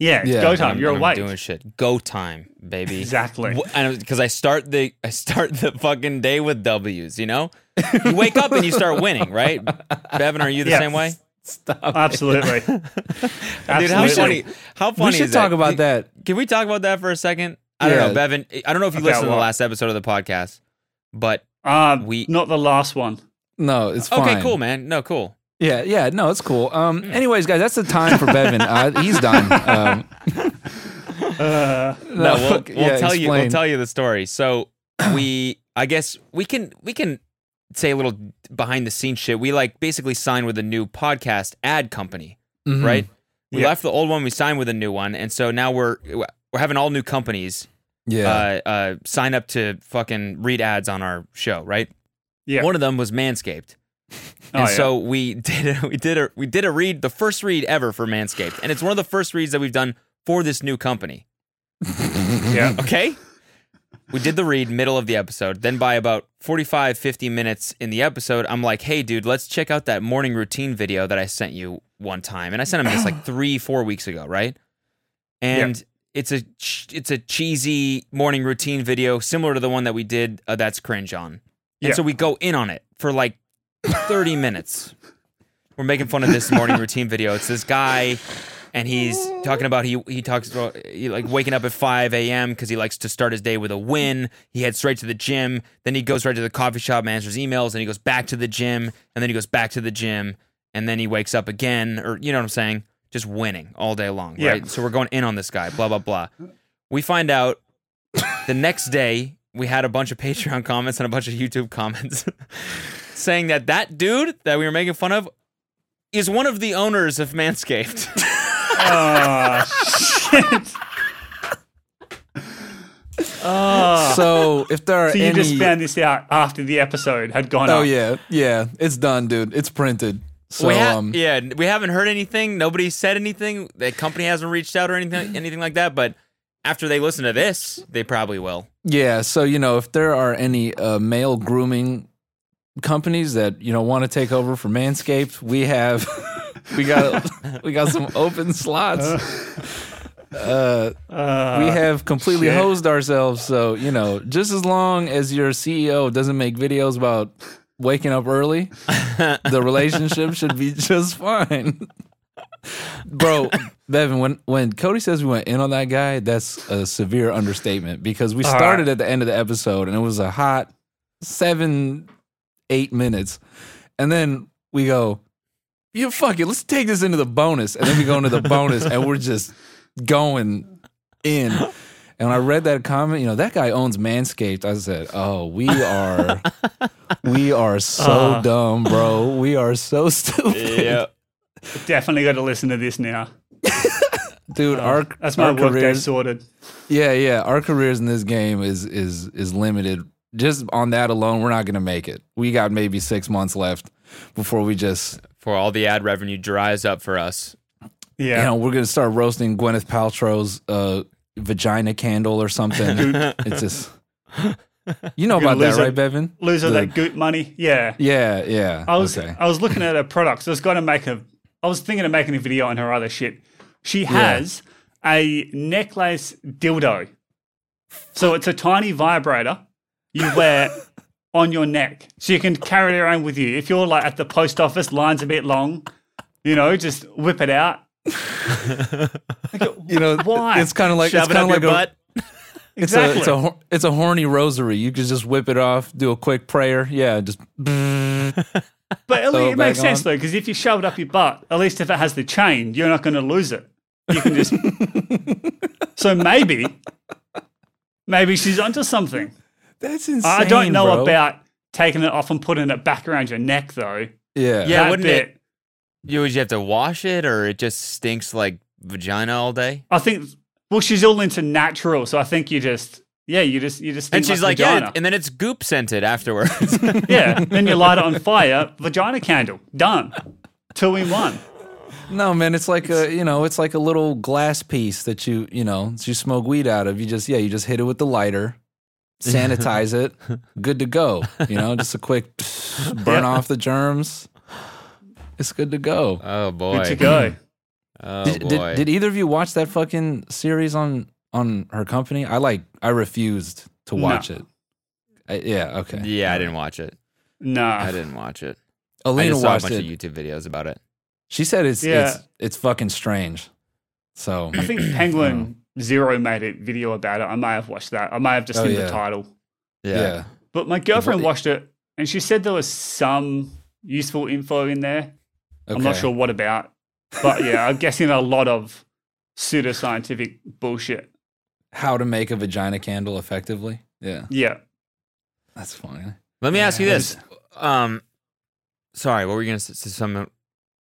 Speaker 9: Yeah, it's
Speaker 5: Yeah.
Speaker 9: go
Speaker 6: And
Speaker 9: time.
Speaker 6: I'm-
Speaker 9: You're
Speaker 6: and I'm
Speaker 9: awake.
Speaker 6: doing shit. Go time, baby.
Speaker 9: Exactly.
Speaker 6: Because I start the I start the fucking day with W's. You know, you wake up and you start winning, right? Bevan, are you the
Speaker 9: Yeah.
Speaker 6: same way?
Speaker 9: Absolutely.
Speaker 6: Dude, how
Speaker 9: Absolutely.
Speaker 6: funny! How funny
Speaker 5: We should
Speaker 6: is
Speaker 5: talk
Speaker 6: that?
Speaker 5: about
Speaker 6: You-
Speaker 5: that.
Speaker 6: Can we talk about that for a second? I
Speaker 5: Yeah.
Speaker 6: don't know, Bevan. I don't know if you
Speaker 9: Okay,
Speaker 6: listened to the
Speaker 9: well-
Speaker 6: last episode of the podcast, but
Speaker 9: Uh,
Speaker 6: We-
Speaker 9: not the last one.
Speaker 5: No, it's fine.
Speaker 6: okay, cool, man. Mm. No, cool.
Speaker 5: Yeah, yeah, no, it's cool. Um, anyways, guys, that's the time for Bevan. Uh, he's done. Um,
Speaker 9: Uh,
Speaker 6: No, we'll,
Speaker 5: fuck-
Speaker 6: we'll
Speaker 5: yeah,
Speaker 6: tell you. We'll
Speaker 5: explain.
Speaker 6: tell you the story. So we, I guess we can we can say a little behind the scenes shit. We like basically signed with a new podcast ad company,
Speaker 5: Mhm.
Speaker 6: right? We
Speaker 9: Mm-hmm. Yeah.
Speaker 6: left the old one. We signed with a new one, and so now we're we're having all new companies
Speaker 5: Yeah.
Speaker 6: uh, uh, sign up to fucking read ads on our show, right?
Speaker 9: yeah.
Speaker 6: One of them was Manscaped.
Speaker 9: Oh,
Speaker 6: and
Speaker 9: yeah.
Speaker 6: so we did a, we did a we did a read the first read ever for Manscaped, and it's one of the first reads that we've done for this new company.
Speaker 9: yeah.
Speaker 6: Okay, we did the read middle of the episode. Then by about 45, 50 minutes in the episode, I'm like, "Hey, dude, let's check out that morning routine video that I sent you one time." And I sent him this like three, four weeks ago, right? And it's a ch- it's a cheesy morning routine video similar to the one that we did uh, that's cringe on. And
Speaker 9: Yeah.
Speaker 6: so we go in on it for like 30 minutes. We're making fun of this morning routine video. It's this guy and he's talking about he he talks about he like waking up at 5 a.m. because he likes to start his day with a win. He heads straight to the gym, then he goes right to the coffee shop, and answers emails, and he goes back to the gym, and then he goes back to the gym, and then he wakes up again, or you know what I'm saying? Just winning all day long,
Speaker 9: Yeah.
Speaker 6: right? So we're going in on this guy, blah blah blah. We find out the next day we had a bunch of Patreon comments and a bunch of YouTube comments saying that that dude that we were making fun of is one of the owners of Manscaped.
Speaker 9: Oh, shit. Oh.
Speaker 6: Uh,
Speaker 5: so if there are
Speaker 9: So you
Speaker 5: any,
Speaker 9: just found this out after the episode had gone
Speaker 5: oh
Speaker 9: up.
Speaker 5: yeah, yeah, it's done, dude. It's printed. So
Speaker 6: we ha-
Speaker 5: um,
Speaker 6: yeah, we haven't heard anything. Nobody said anything. The company hasn't reached out or anything, anything like that. But after they listen to this, they probably will.
Speaker 5: Yeah, so you know, if there are any uh, male grooming companies that you know want to take over for Manscaped, we have we got we got some open slots. Uh,
Speaker 9: Uh,
Speaker 5: we have completely
Speaker 9: shit.
Speaker 5: hosed ourselves, so you know, just as long as your CEO doesn't make videos about waking up early, the relationship should be just fine. Bro, Bevin, when when Cody says we went in on that guy, that's a severe understatement because we
Speaker 9: All
Speaker 5: started
Speaker 9: right.
Speaker 5: at the end of the episode and it was a hot seven, eight minutes. And then we go, you fuck it, let's take this into the bonus. And then we go into the bonus and we're just going in. And when I read that comment, you know, that guy owns Manscaped. I said, Oh, we are we are so
Speaker 9: Uh.
Speaker 5: dumb, bro. We are so stupid.
Speaker 9: Definitely got to listen to this now.
Speaker 5: Dude, our
Speaker 9: Uh, That's my
Speaker 5: our
Speaker 9: work day
Speaker 5: careers-
Speaker 9: sorted.
Speaker 5: Yeah, yeah. Our careers in this game is is is limited. Just on that alone, we're not gonna make it. We got maybe six months left before we just
Speaker 6: For all the ad revenue dries up for us.
Speaker 9: Yeah.
Speaker 5: you know, we're gonna start roasting Gwyneth Paltrow's uh vagina candle or something. it's just you know about
Speaker 9: You're gonna
Speaker 5: that,
Speaker 9: lose
Speaker 5: right,
Speaker 9: it.
Speaker 5: Bevin?
Speaker 9: Lose all
Speaker 5: The-
Speaker 9: that goot money. Yeah.
Speaker 5: Yeah, yeah.
Speaker 9: I was
Speaker 5: okay.
Speaker 9: I was looking at her products. I was going to make a. I was thinking of making a video on her other shit. She has a necklace dildo. So it's a tiny vibrator you wear on your neck, so you can carry it around with you. If you're like at the post office, lines a bit long, you know, just whip it out.
Speaker 5: you know,
Speaker 9: Why?
Speaker 5: it's kind of like
Speaker 6: Shove
Speaker 5: it's
Speaker 6: it
Speaker 5: kind
Speaker 6: up
Speaker 5: of like
Speaker 6: your
Speaker 5: a,
Speaker 6: butt.
Speaker 5: It's a
Speaker 9: Exactly.
Speaker 5: it's a hor- it's a horny rosary. You could just whip it off, do a quick prayer. Yeah, just
Speaker 9: But at
Speaker 5: Throw
Speaker 9: least
Speaker 5: it
Speaker 9: it makes
Speaker 5: back
Speaker 9: sense
Speaker 5: on.
Speaker 9: though, because if you shove it up your butt, at least if it has the chain, you're not going to lose it. You can just. so maybe, maybe she's onto something.
Speaker 5: that's insane.
Speaker 9: I don't know
Speaker 5: bro.
Speaker 9: about taking it off and putting it back around your neck though.
Speaker 6: Yeah,
Speaker 5: yeah
Speaker 9: That
Speaker 6: wouldn't
Speaker 9: bit,
Speaker 6: it- You would you have to wash it, or it just stinks like vagina all day?
Speaker 9: I think. Well, she's all into natural, so I think you just. Yeah, you just you just.
Speaker 6: And
Speaker 9: think
Speaker 6: she's like, yeah,
Speaker 9: vagina.
Speaker 6: and then it's goop scented afterwards.
Speaker 9: yeah. Then you light it on fire, vagina candle, done, two in one.
Speaker 5: No, man, it's like a you know, it's like a little glass piece that you you know that you smoke weed out of. You just yeah, you just hit it with the lighter, sanitize it, good to go. You know, just a quick burn off the germs. It's good to go.
Speaker 6: oh boy.
Speaker 9: Good to go.
Speaker 6: Oh
Speaker 5: did,
Speaker 6: boy.
Speaker 5: did, did either of you watch that fucking series on on her company? I like I refused to
Speaker 9: No.
Speaker 5: watch it. I, yeah, okay.
Speaker 6: yeah, I didn't watch it. I
Speaker 9: Nah.
Speaker 6: didn't watch it. I
Speaker 5: Alina
Speaker 6: just saw a
Speaker 5: watched
Speaker 6: bunch
Speaker 5: it.
Speaker 6: of YouTube videos about it.
Speaker 5: She said it's
Speaker 9: Yeah.
Speaker 5: it's it's fucking strange. So
Speaker 9: I think Penguin Zero made a video about it. I may have watched that. I may have just
Speaker 5: Oh,
Speaker 9: seen
Speaker 5: yeah.
Speaker 9: the title.
Speaker 6: Yeah.
Speaker 5: yeah.
Speaker 9: But my girlfriend watched it and she said there was some useful info in there. I'm not
Speaker 5: Okay.
Speaker 9: sure what about. But yeah, I'm guessing a lot of pseudoscientific bullshit.
Speaker 5: how to make a vagina candle effectively. Yeah,
Speaker 9: Yeah.
Speaker 5: that's fine.
Speaker 6: Let me ask you
Speaker 5: Yeah.
Speaker 6: this. Um, sorry, what were you gonna say? Someone?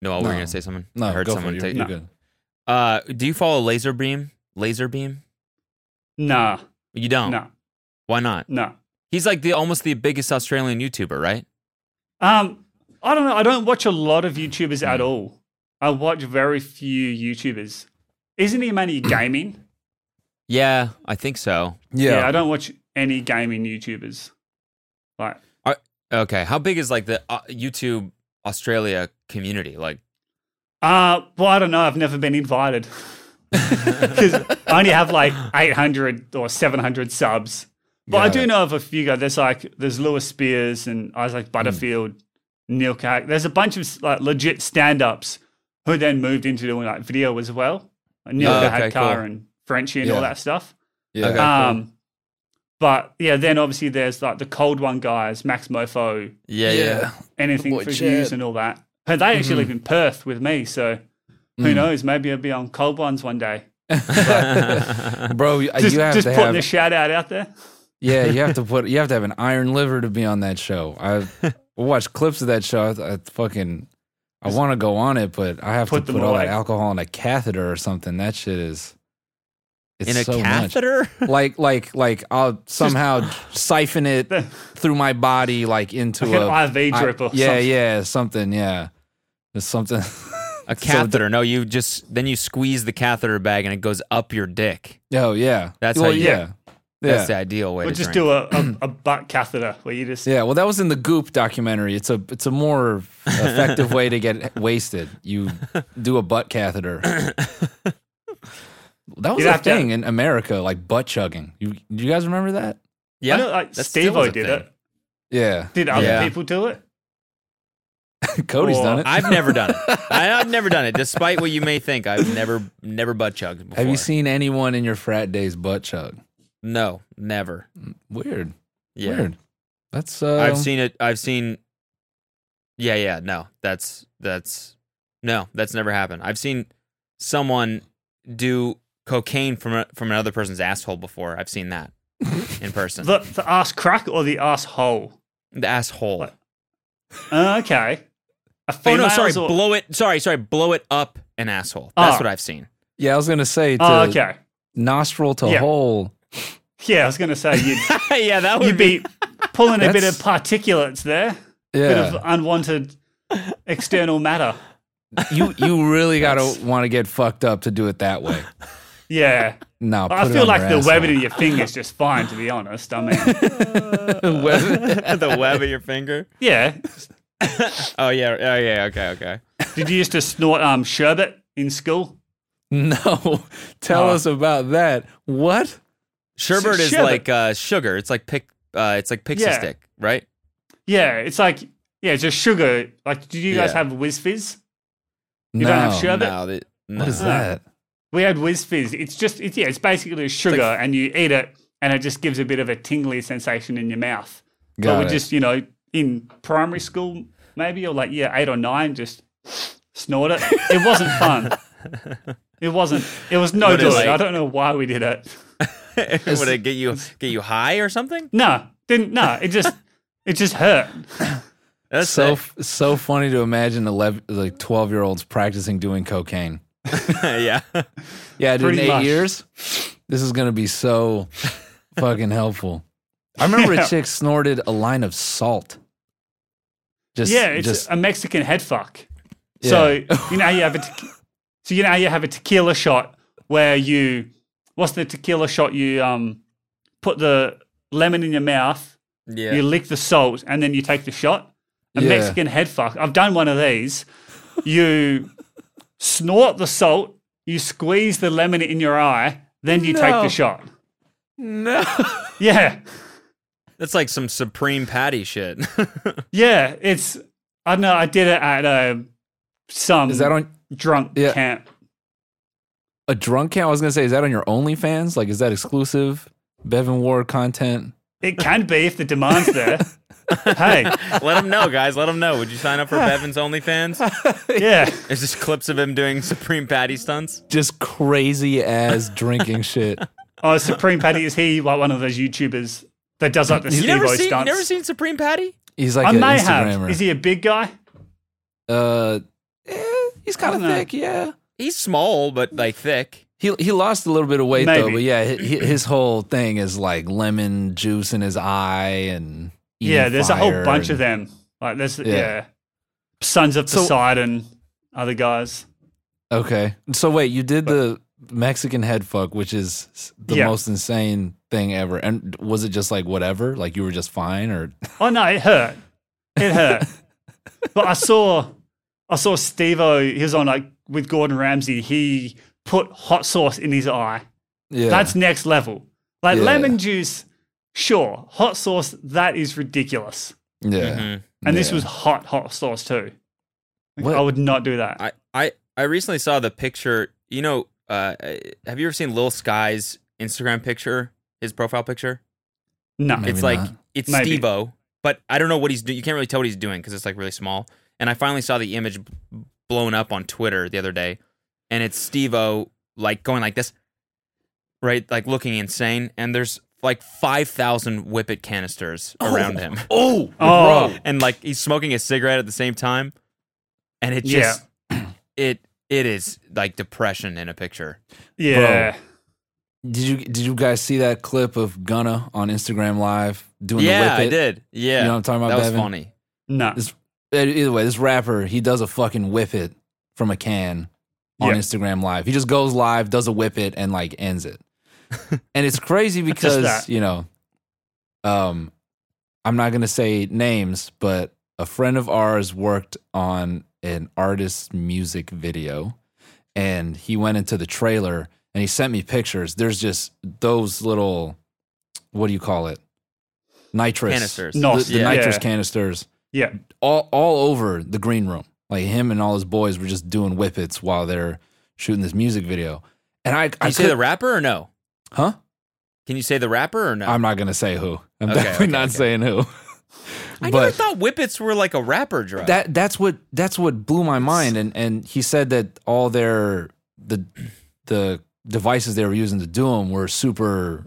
Speaker 6: No, we were you gonna say something.
Speaker 5: No,
Speaker 6: I heard
Speaker 5: go
Speaker 6: someone
Speaker 5: for it.
Speaker 6: take.
Speaker 5: You're, you're good.
Speaker 6: Uh, do you follow Laser Beam? Laser Beam?
Speaker 9: Nah.
Speaker 6: You
Speaker 5: Oh.
Speaker 6: don't.
Speaker 9: Nah.
Speaker 6: Why not?
Speaker 9: Nah.
Speaker 6: He's like the almost the biggest Australian YouTuber, right?
Speaker 9: Um, I don't know. I don't watch a lot of YouTubers at
Speaker 5: Hmm.
Speaker 9: all. I watch very few YouTubers. Isn't he mainly gaming?
Speaker 6: Yeah, I think so.
Speaker 5: Yeah,
Speaker 9: I don't watch any gaming YouTubers. Like
Speaker 6: Okay, how big is like the uh, YouTube Australia community? Like,
Speaker 9: Uh, well, I don't know. I've never been invited because I only have like 800 or 700 subs. But I
Speaker 5: Got
Speaker 9: do
Speaker 5: it.
Speaker 9: know of a few guys. There's like there's Lewis Spears and
Speaker 6: Hmm.
Speaker 9: Isaac Butterfield, Neil Cack. There's a bunch of like legit stand-ups who then moved into doing like video as well. Like Neil
Speaker 6: Oh,
Speaker 9: Kahatkar
Speaker 6: okay, cool.
Speaker 9: and Frenchie and
Speaker 5: Yeah.
Speaker 9: all that stuff.
Speaker 5: yeah.
Speaker 6: Okay.
Speaker 9: um, but yeah, then obviously there's like the Cold One guys, Max Mofo,
Speaker 6: yeah, yeah.
Speaker 9: anything
Speaker 5: boy
Speaker 9: for
Speaker 5: Chad.
Speaker 9: views and all that. And they actually live in Perth with me, so who
Speaker 5: Mm-hmm. Mm.
Speaker 9: knows? Maybe I'll be on cold ones one day.
Speaker 5: Bro, you
Speaker 9: Um, Just,
Speaker 5: Uh, you have
Speaker 9: just
Speaker 5: to
Speaker 9: putting
Speaker 5: have
Speaker 9: a shout out out there.
Speaker 5: yeah, you have to put you have to have an iron liver to be on that show. I watched clips of that show. I, I fucking I want to go on it, but I have
Speaker 9: Put
Speaker 5: to
Speaker 9: them
Speaker 5: put all that
Speaker 9: away.
Speaker 5: alcohol in a catheter or something. That shit is it's
Speaker 6: In a
Speaker 5: so much.
Speaker 6: catheter?
Speaker 5: Like like like I'll somehow siphon it
Speaker 9: Like
Speaker 5: through my body like into
Speaker 9: an
Speaker 5: a
Speaker 9: IV drip
Speaker 5: I-
Speaker 9: or
Speaker 5: yeah,
Speaker 9: something.
Speaker 5: yeah, something, yeah. There's something.
Speaker 6: A catheter? no, you just then you squeeze the catheter bag and it goes up your dick.
Speaker 5: oh, yeah.
Speaker 6: That's
Speaker 5: well,
Speaker 6: how you-
Speaker 5: yeah.
Speaker 6: That's the
Speaker 5: yeah.
Speaker 6: ideal way
Speaker 9: We'll
Speaker 6: to
Speaker 9: just
Speaker 6: drink.
Speaker 9: do a, a, a butt catheter where you just.
Speaker 5: Yeah, well, that was in the Goop documentary. It's a it's a more effective way to get wasted. You do a butt catheter. That was
Speaker 9: You'd
Speaker 5: a
Speaker 9: have to-
Speaker 5: thing in America, like butt chugging. You do you guys remember that?
Speaker 9: I
Speaker 6: Yeah,
Speaker 9: know, like
Speaker 6: that still
Speaker 9: Steve-O
Speaker 6: is a
Speaker 9: did
Speaker 6: thing.
Speaker 9: it.
Speaker 5: Yeah,
Speaker 9: Did other
Speaker 6: Yeah.
Speaker 9: people do it?
Speaker 5: Cody's
Speaker 9: Or-
Speaker 5: done it.
Speaker 6: I've never done it. I, have never done it, despite what you may think. I've never, never butt chugged before.
Speaker 5: Have you seen anyone in your frat days butt chug?
Speaker 6: No, never.
Speaker 5: Weird.
Speaker 6: Yeah,
Speaker 5: Weird. That's uh,
Speaker 6: I've seen it. I've seen. Yeah, yeah. No, that's that's no, that's never happened. I've seen someone do cocaine from a, from another person's asshole before. I've seen that in person.
Speaker 9: The, the ass crack or the ass hole?
Speaker 6: the asshole.
Speaker 9: What? Uh, okay. A
Speaker 6: Oh no,
Speaker 9: female's
Speaker 6: sorry,
Speaker 9: or-
Speaker 6: blow it. Sorry, sorry, blow it up an asshole. That's
Speaker 9: Ah.
Speaker 6: what I've seen.
Speaker 5: Yeah, I was gonna say to
Speaker 9: Oh, okay.
Speaker 5: nostril to
Speaker 9: Yeah.
Speaker 5: hole.
Speaker 9: Yeah, I was going to say you'd,
Speaker 6: yeah, that would
Speaker 9: you'd
Speaker 6: be.
Speaker 9: be pulling a bit of
Speaker 5: That's-
Speaker 9: particulates there, a bit of
Speaker 5: Yeah,
Speaker 9: unwanted external matter.
Speaker 5: you you really gotta want to get fucked up to do it that way.
Speaker 9: Yeah.
Speaker 5: No,
Speaker 9: I
Speaker 5: put it
Speaker 9: feel
Speaker 5: on
Speaker 9: like
Speaker 5: your
Speaker 9: the
Speaker 5: asshole.
Speaker 9: webbing of your finger's just fine, to be honest. I mean,
Speaker 6: the web of your finger.
Speaker 9: yeah.
Speaker 6: Oh yeah. Oh yeah. Okay. Okay.
Speaker 9: Did you used to snort um, sherbet in school?
Speaker 5: No, tell
Speaker 9: Oh.
Speaker 5: us about that. What?
Speaker 6: Sherbet is
Speaker 9: sherbet.
Speaker 6: like uh, sugar. It's like pic. Uh, it's like pixie
Speaker 9: Yeah.
Speaker 6: stick, right?
Speaker 9: Yeah, it's like, yeah, just sugar. Like, did you guys
Speaker 6: Yeah.
Speaker 9: have Whiz Fizz? You
Speaker 5: no.
Speaker 9: don't have sherbet?
Speaker 6: No, they- no.
Speaker 5: What is
Speaker 9: No.
Speaker 5: that?
Speaker 9: We had Whiz Fizz. It's just, it's, yeah, it's basically sugar, and you eat it, and it just gives a bit of a tingly sensation in your mouth.
Speaker 5: Got
Speaker 9: but we
Speaker 5: it.
Speaker 9: just, you know, in primary school, maybe, or like, yeah, eight or nine, just snort it. It wasn't fun. It wasn't, it was no
Speaker 6: But
Speaker 9: good.
Speaker 6: it's like-
Speaker 9: I don't know why we did it.
Speaker 6: Would it get you get you high or something?
Speaker 9: No, didn't, no, it just, it just hurt.
Speaker 6: That's
Speaker 5: so
Speaker 6: so.
Speaker 5: f- so funny to imagine 11, like twelve year olds practicing doing cocaine.
Speaker 6: yeah.
Speaker 5: Yeah, dude, in
Speaker 9: Pretty
Speaker 5: eight
Speaker 9: much.
Speaker 5: years, this is gonna be so fucking helpful. I remember
Speaker 9: Yeah.
Speaker 5: a chick snorted a line of salt. Just
Speaker 9: yeah, it's
Speaker 5: just
Speaker 9: a Mexican head fuck.
Speaker 5: Yeah.
Speaker 9: So you know how you have a te- so you know how you have a tequila shot where you what's the tequila shot you um put the lemon in your mouth,
Speaker 6: Yeah.
Speaker 9: you lick the salt, and then you take the shot. A
Speaker 5: Yeah.
Speaker 9: Mexican head fuck. I've done one of these. You snort the salt, you squeeze the lemon in your eye, then you take the
Speaker 5: No.
Speaker 9: shot.
Speaker 5: no.
Speaker 9: Yeah.
Speaker 6: That's like some supreme patty shit.
Speaker 9: Yeah, it's I don't know. I did it at um some
Speaker 5: Is that on
Speaker 9: drunk
Speaker 5: Yeah.
Speaker 9: camp.
Speaker 5: a drunk count? I was gonna say, is that on your OnlyFans? Like, is that exclusive Bevan Ward content?
Speaker 9: It can be if the demand's there. hey,
Speaker 6: Let them know, guys. Let them know. Would you sign up for Bevan's OnlyFans?
Speaker 9: yeah,
Speaker 6: It's just clips of him doing supreme patty stunts.
Speaker 5: Just crazy ass drinking shit.
Speaker 9: oh, Supreme Patty is he like one of those YouTubers that does like the
Speaker 6: You
Speaker 9: Steve
Speaker 6: never
Speaker 9: O
Speaker 6: seen? You
Speaker 9: stunts?
Speaker 6: never seen Supreme Patty?
Speaker 5: He's like
Speaker 9: I
Speaker 5: an
Speaker 9: may
Speaker 5: Instagrammer.
Speaker 9: have. Is he a big guy?
Speaker 5: uh, eh, he's kind of
Speaker 9: Dunno.
Speaker 5: thick. Yeah,
Speaker 6: He's small but like thick.
Speaker 5: he he lost a little bit of weight though.
Speaker 9: Maybe.
Speaker 5: But yeah, hi- hi- his whole thing is like lemon juice in his eye and eating
Speaker 9: yeah, there's a
Speaker 5: fire
Speaker 9: whole bunch of
Speaker 5: and-
Speaker 9: them. Like there's yeah,
Speaker 5: Yeah.
Speaker 9: Sons of
Speaker 5: So-
Speaker 9: Poseidon, other guys.
Speaker 5: Okay, so wait, you did the Mexican head fuck, which is s- the
Speaker 9: Yeah.
Speaker 5: most insane thing ever. And was it just like whatever? Like you were just fine, or
Speaker 9: Oh no, it hurt. It hurt. but I saw, I saw Steve-O, He was on like with Gordon Ramsay. He put hot sauce in his eye.
Speaker 5: yeah,
Speaker 9: That's next level. Like
Speaker 5: Yeah.
Speaker 9: lemon juice, sure. Hot sauce, that is ridiculous.
Speaker 5: yeah.
Speaker 6: Mhm.
Speaker 9: And this
Speaker 5: Yeah.
Speaker 9: was hot, hot sauce too. Like,
Speaker 5: What-
Speaker 9: I would not do that.
Speaker 6: I, I I recently saw the picture. You know, uh, have you ever seen Lil Sky's Instagram picture? His profile picture.
Speaker 9: no.
Speaker 5: Maybe
Speaker 6: it's like
Speaker 5: not.
Speaker 6: it's
Speaker 9: Maybe.
Speaker 6: Stevo, but I don't know what he's doing. You can't really tell what he's doing because it's like really small. And I finally saw the image b- blown up on Twitter the other day, and it's Stevo like going like this, right, like looking insane. And there's like five thousand whippet canisters around him,
Speaker 5: Oh,
Speaker 9: Oh.
Speaker 6: and like he's smoking a cigarette at the same time, and it just it it is like depression in a picture.
Speaker 9: yeah.
Speaker 5: did you did you guys see that clip of Gunna on Instagram Live doing the
Speaker 6: yeah,
Speaker 5: whip it?
Speaker 6: I did. Yeah,
Speaker 5: You know what I'm talking about?
Speaker 6: that was
Speaker 5: Bevan?
Speaker 6: funny.
Speaker 9: No.
Speaker 5: This- E- Either way, this rapper he does a fucking whip it from a can on
Speaker 9: Yeah.
Speaker 5: Instagram Live. He just goes live, does a whip it, and like ends it. and it's crazy because
Speaker 9: that.
Speaker 5: you know, um, I'm not gonna say names, but a friend of ours worked on an artist's music video, and he went into the trailer and he sent me pictures. There's just those little, what do you call it? Nitrous
Speaker 6: Canisters.
Speaker 9: No,
Speaker 5: the, the
Speaker 6: yeah.
Speaker 5: nitrous
Speaker 9: Yeah.
Speaker 5: canisters
Speaker 9: Yeah.
Speaker 5: all all over the green room. Like him and all his boys were just doing whippets while they're shooting this music video. And I, I
Speaker 6: Can you say
Speaker 5: could-
Speaker 6: the rapper or no?
Speaker 5: huh?
Speaker 6: Can you say the rapper or no?
Speaker 5: I'm not gonna say who. I'm
Speaker 6: Okay,
Speaker 5: definitely
Speaker 6: okay,
Speaker 5: not
Speaker 6: okay.
Speaker 5: saying who.
Speaker 6: I never thought whippets were like a rapper drug.
Speaker 5: that that's what that's what blew my mind. And and he said that all their the the devices they were using to do them were super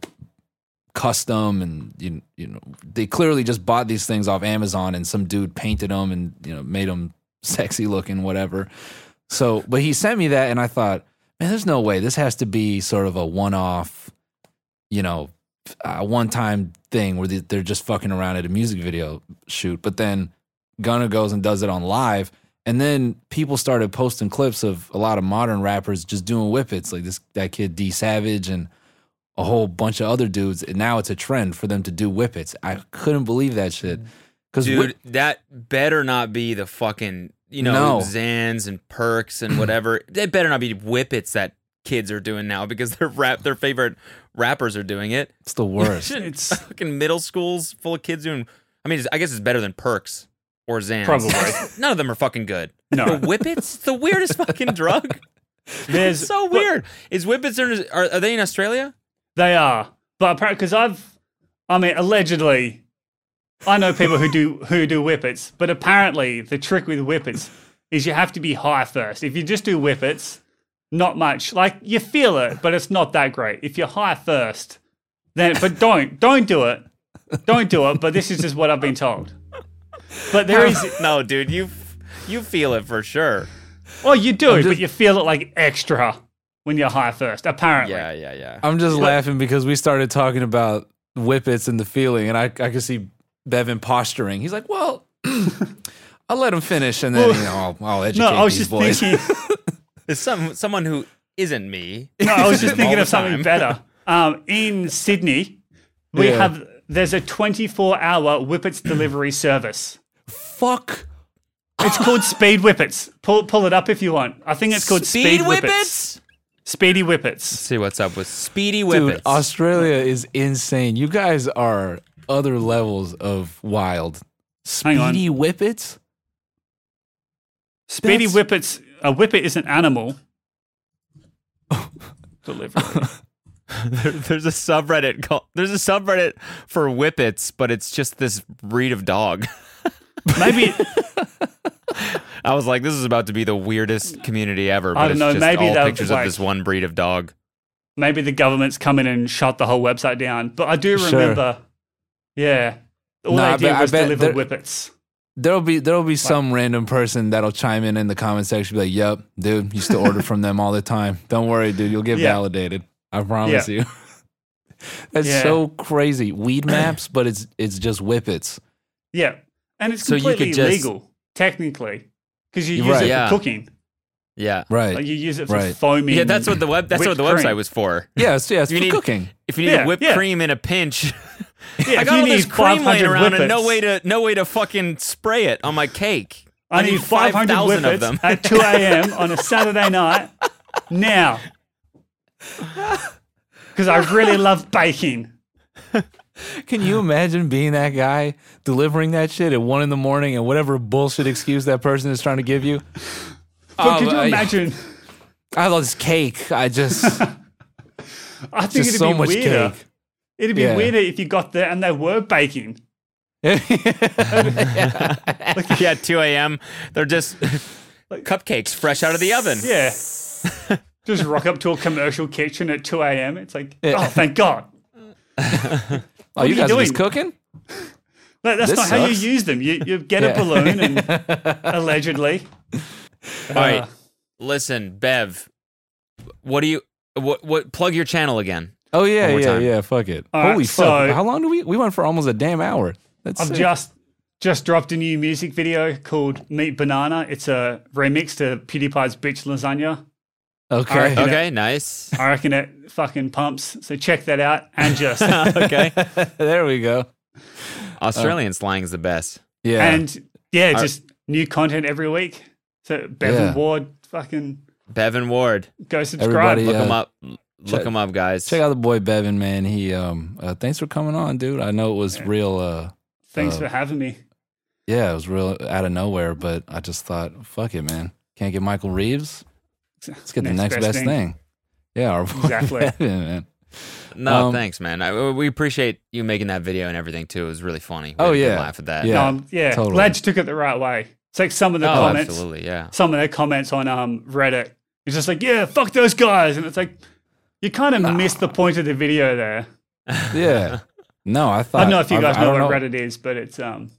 Speaker 5: custom and you you know they clearly just bought these things off Amazon and some dude painted them and you know made them sexy looking whatever. So, but he sent me that and I thought, man, there's no way this has to be sort of a one off, you know, uh, one time thing where they- they're just fucking around at a music video shoot. But then Gunna goes and does it on live. And then people started posting clips of a lot of modern rappers just doing whippets, like this that kid D Savage and a whole bunch of other dudes. And now it's a trend for them to do whippets. I couldn't believe that shit. Because
Speaker 6: Dude, that better not be the fucking you know
Speaker 5: No.
Speaker 6: Zans and Perks and whatever. they better not be whippets that kids are doing now because their rap their favorite rappers are doing it.
Speaker 5: it's the worst.
Speaker 6: It's fucking middle schools full of kids doing. I mean, it's- I guess it's better than Perks or Zans.
Speaker 9: Probably.
Speaker 6: none of them are fucking good.
Speaker 9: No.
Speaker 6: But whippets, it's the weirdest fucking drug.
Speaker 9: There's
Speaker 6: It's so weird. Is whippets in, are are they in Australia?
Speaker 9: They are, but apparently, because I've, I mean, allegedly, I know people who do who do whippets, but apparently the trick with whippets is you have to be high first. If you just do whippets, not much. Like you feel it, but it's not that great. If you're high first, then but don't don't do it, don't do it. But this is just what I've been told. But there is,
Speaker 6: no, Oh, dude, you you feel it for sure.
Speaker 9: well, you do, it, but you feel it like extra when you're high first. Apparently,
Speaker 6: Yeah, yeah, yeah.
Speaker 5: I'm just laughing because we started talking about whippets and the feeling, and I, I could see Bevan posturing. He's like, "Well, I'll let him finish, and then you know, I'll, I'll educate
Speaker 9: no, I was
Speaker 5: these
Speaker 9: just
Speaker 5: boys."
Speaker 9: thinking.
Speaker 6: It's some someone who isn't me.
Speaker 9: No, I was just thinking
Speaker 6: All the
Speaker 9: of something
Speaker 6: time.
Speaker 9: better. Um, in Sydney, we
Speaker 5: Yeah.
Speaker 9: have there's a 24 hour whippets delivery service.
Speaker 5: Fuck.
Speaker 9: It's called Speed Whippets. Pull pull it up if you want. I think it's called Speed, Speedy Whippets.
Speaker 6: See what's up with Speedy
Speaker 5: Dude,
Speaker 6: Whippets.
Speaker 5: Australia is insane. You guys are other levels of wild.
Speaker 9: Hang on.
Speaker 5: Speedy whippets?
Speaker 9: Speedy
Speaker 5: That's-
Speaker 9: Whippets. A whippet is an animal. delivery.
Speaker 6: There- there's a subreddit called There's a subreddit for whippets, but it's just this breed of dog.
Speaker 9: Maybe
Speaker 6: I was like, this is about to be the weirdest community ever. But
Speaker 9: I don't
Speaker 6: it's
Speaker 9: know,
Speaker 6: Just
Speaker 9: maybe
Speaker 6: all
Speaker 9: that was
Speaker 6: pictures
Speaker 9: like-
Speaker 6: of this one breed of dog.
Speaker 9: maybe the government's come in and shut the whole website down. But I do remember. Yeah. All
Speaker 5: No, I
Speaker 9: they did
Speaker 5: bet- I
Speaker 9: was
Speaker 5: bet
Speaker 9: deliver
Speaker 5: there-
Speaker 9: whippets.
Speaker 5: There'll be there'll be some random person that'll chime in in the comment section, be like, "Yep, dude, you still order from them all the time. Don't worry, dude, you'll get
Speaker 9: Yeah.
Speaker 5: validated. I promise you." That's
Speaker 9: Yeah.
Speaker 5: so crazy. Weed maps, but it's it's just whippets.
Speaker 9: Yeah, and it's
Speaker 6: So you
Speaker 9: completely
Speaker 6: could just-
Speaker 9: legal technically because you use
Speaker 5: Right.
Speaker 9: it
Speaker 6: Yeah.
Speaker 9: for cooking.
Speaker 6: Yeah.
Speaker 5: Right.
Speaker 9: Like you use it for
Speaker 5: Right.
Speaker 9: foaming.
Speaker 6: Yeah, that's what the web. That's what
Speaker 9: whipped
Speaker 6: the website
Speaker 9: cream.
Speaker 6: was for.
Speaker 5: yeah, it's, yeah, it's
Speaker 6: You
Speaker 5: for
Speaker 6: need-
Speaker 5: cooking.
Speaker 6: If you need
Speaker 9: Yeah,
Speaker 6: whipped
Speaker 9: yeah.
Speaker 6: cream in a pinch,
Speaker 9: Yeah,
Speaker 6: I
Speaker 9: if
Speaker 6: got
Speaker 9: you
Speaker 6: all
Speaker 9: need
Speaker 6: this cream laying
Speaker 9: 500
Speaker 6: around and no
Speaker 9: whippets-
Speaker 6: way to no way to fucking spray it on my cake.
Speaker 9: I need 500
Speaker 6: 5,000
Speaker 9: whippets at 2 a.m. on a Saturday night now because I really love baking.
Speaker 5: Can you imagine being that guy delivering that shit at one in the morning and whatever bullshit excuse that person is trying to give you?
Speaker 9: But
Speaker 5: Oh,
Speaker 9: could you
Speaker 5: I-
Speaker 9: imagine?
Speaker 5: I love this cake. I just
Speaker 9: I think
Speaker 5: just
Speaker 9: it'd
Speaker 5: so
Speaker 9: be
Speaker 5: much
Speaker 9: weirder.
Speaker 5: cake. Oh,
Speaker 9: It'd be
Speaker 5: Yeah.
Speaker 9: weirder if you got there and they were baking.
Speaker 6: yeah, 2 a.m. They're just cupcakes fresh out of the oven.
Speaker 9: Yeah. Just rock up to a commercial kitchen at 2 a.m. It's like,
Speaker 5: Yeah.
Speaker 9: oh, thank God.
Speaker 5: oh, you
Speaker 9: you
Speaker 5: guys are just
Speaker 9: doing?
Speaker 5: cooking?
Speaker 9: No, that's
Speaker 5: This
Speaker 9: not how you
Speaker 5: sucks.
Speaker 9: use them. You, you get a
Speaker 5: Yeah.
Speaker 9: balloon and allegedly.
Speaker 6: All right,
Speaker 9: Uh,
Speaker 6: listen, Bev. What do you? What? What? Plug your channel again.
Speaker 5: Oh yeah,
Speaker 6: One more
Speaker 5: yeah,
Speaker 6: time.
Speaker 5: yeah. Fuck it.
Speaker 9: All right,
Speaker 5: Holy fuck!
Speaker 9: so-
Speaker 5: How long do we? We went for almost a damn hour. That's
Speaker 9: I've
Speaker 5: sick.
Speaker 9: just just dropped a new music video called Meat Banana. It's a remix to PewDiePie's Bitch Lasagna.
Speaker 5: okay.
Speaker 9: All right.
Speaker 6: Okay, nice.
Speaker 9: I reckon it fucking pumps. So check that out and just
Speaker 6: okay,
Speaker 5: there we go. Oh.
Speaker 6: Australian slang's the best.
Speaker 5: Yeah.
Speaker 9: and yeah,
Speaker 6: I-
Speaker 9: just new content every week. So Bevan
Speaker 5: Yeah.
Speaker 9: Ward, fucking
Speaker 6: Bevan Ward,
Speaker 9: go subscribe.
Speaker 5: Everybody, uh,
Speaker 6: look
Speaker 5: Yeah.
Speaker 6: him up. Look
Speaker 5: Check-
Speaker 6: him up, guys.
Speaker 5: Check out the boy Bevan, man. He um. Uh, thanks for coming on, dude. I know it was real. Uh,
Speaker 9: Thanks
Speaker 5: uh,
Speaker 9: for having me.
Speaker 5: yeah, it was real out of nowhere, but I just thought, fuck it, man. Can't get Michael Reeves? Let's get the next best, thing. Yeah, our boy
Speaker 9: Exactly.
Speaker 5: Evan, man.
Speaker 6: No,
Speaker 5: Um,
Speaker 6: thanks, man. I, we appreciate you making that video and everything too. It was really funny. We
Speaker 5: Oh,
Speaker 6: had a good
Speaker 5: yeah.
Speaker 6: laugh at that.
Speaker 5: Yeah,
Speaker 9: um, yeah
Speaker 5: totally.
Speaker 9: glad you took it the right way. It's like some of the
Speaker 6: oh,
Speaker 9: comments,
Speaker 6: absolutely, yeah.
Speaker 9: some of their comments on um, Reddit. It's just like, yeah, fuck those guys, and it's like you kind of missed the point of the video there.
Speaker 5: Yeah. No, I thought.
Speaker 9: I don't know if you
Speaker 5: I've-
Speaker 9: guys
Speaker 5: I
Speaker 9: know what
Speaker 5: don't
Speaker 9: Reddit is, but it's um,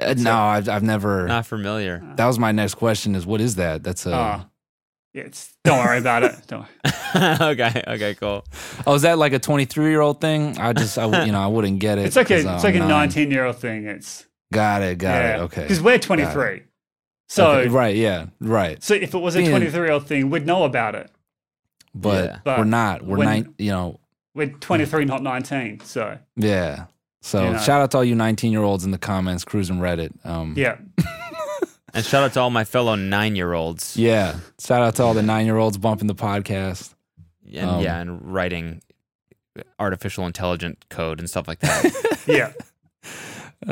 Speaker 5: Uh, no, I've, I've never.
Speaker 6: Not familiar.
Speaker 5: that was my next question is what is that? That's a.
Speaker 9: uh, it's don't worry about it. Don't worry.
Speaker 6: okay, okay, cool.
Speaker 5: oh, is that like a 23 year old thing? I just, I, would- you know, I wouldn't get it.
Speaker 9: It's like a
Speaker 5: 'cause I'm
Speaker 9: it's like a
Speaker 5: nine.
Speaker 9: 19 year old thing. It's
Speaker 5: Got it. Got
Speaker 9: yeah,
Speaker 5: it. Okay.
Speaker 9: because we're 23. So
Speaker 5: Okay, right. Yeah. Right.
Speaker 9: so if it was a
Speaker 5: Being-
Speaker 9: 23 year old thing, we'd know about it.
Speaker 5: But,
Speaker 6: Yeah.
Speaker 9: But
Speaker 5: we're not. We're
Speaker 9: when-
Speaker 5: nine, you know,
Speaker 9: We're 23, not 19. So
Speaker 5: yeah. So
Speaker 9: Yeah.
Speaker 5: shout out to all you 19 year olds in the comments cruising Reddit. Um,
Speaker 9: yeah,
Speaker 6: And shout out to all my fellow nine-year-olds.
Speaker 5: Yeah. Shout out to all the nine year olds bumping the podcast.
Speaker 6: and
Speaker 5: Um,
Speaker 6: yeah, and writing artificial intelligent code and stuff like that.
Speaker 9: yeah.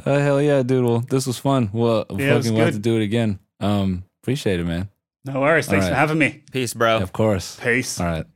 Speaker 5: Uh, hell yeah, dude. Well, this was fun. Well,
Speaker 9: Yeah, it was
Speaker 5: fucking we'll have to
Speaker 9: good.
Speaker 5: do it again. Um, appreciate it, man.
Speaker 9: No worries. Thanks
Speaker 5: All
Speaker 9: for
Speaker 5: right.
Speaker 9: having me.
Speaker 6: Peace, bro.
Speaker 5: Of course.
Speaker 9: Peace.
Speaker 5: All right.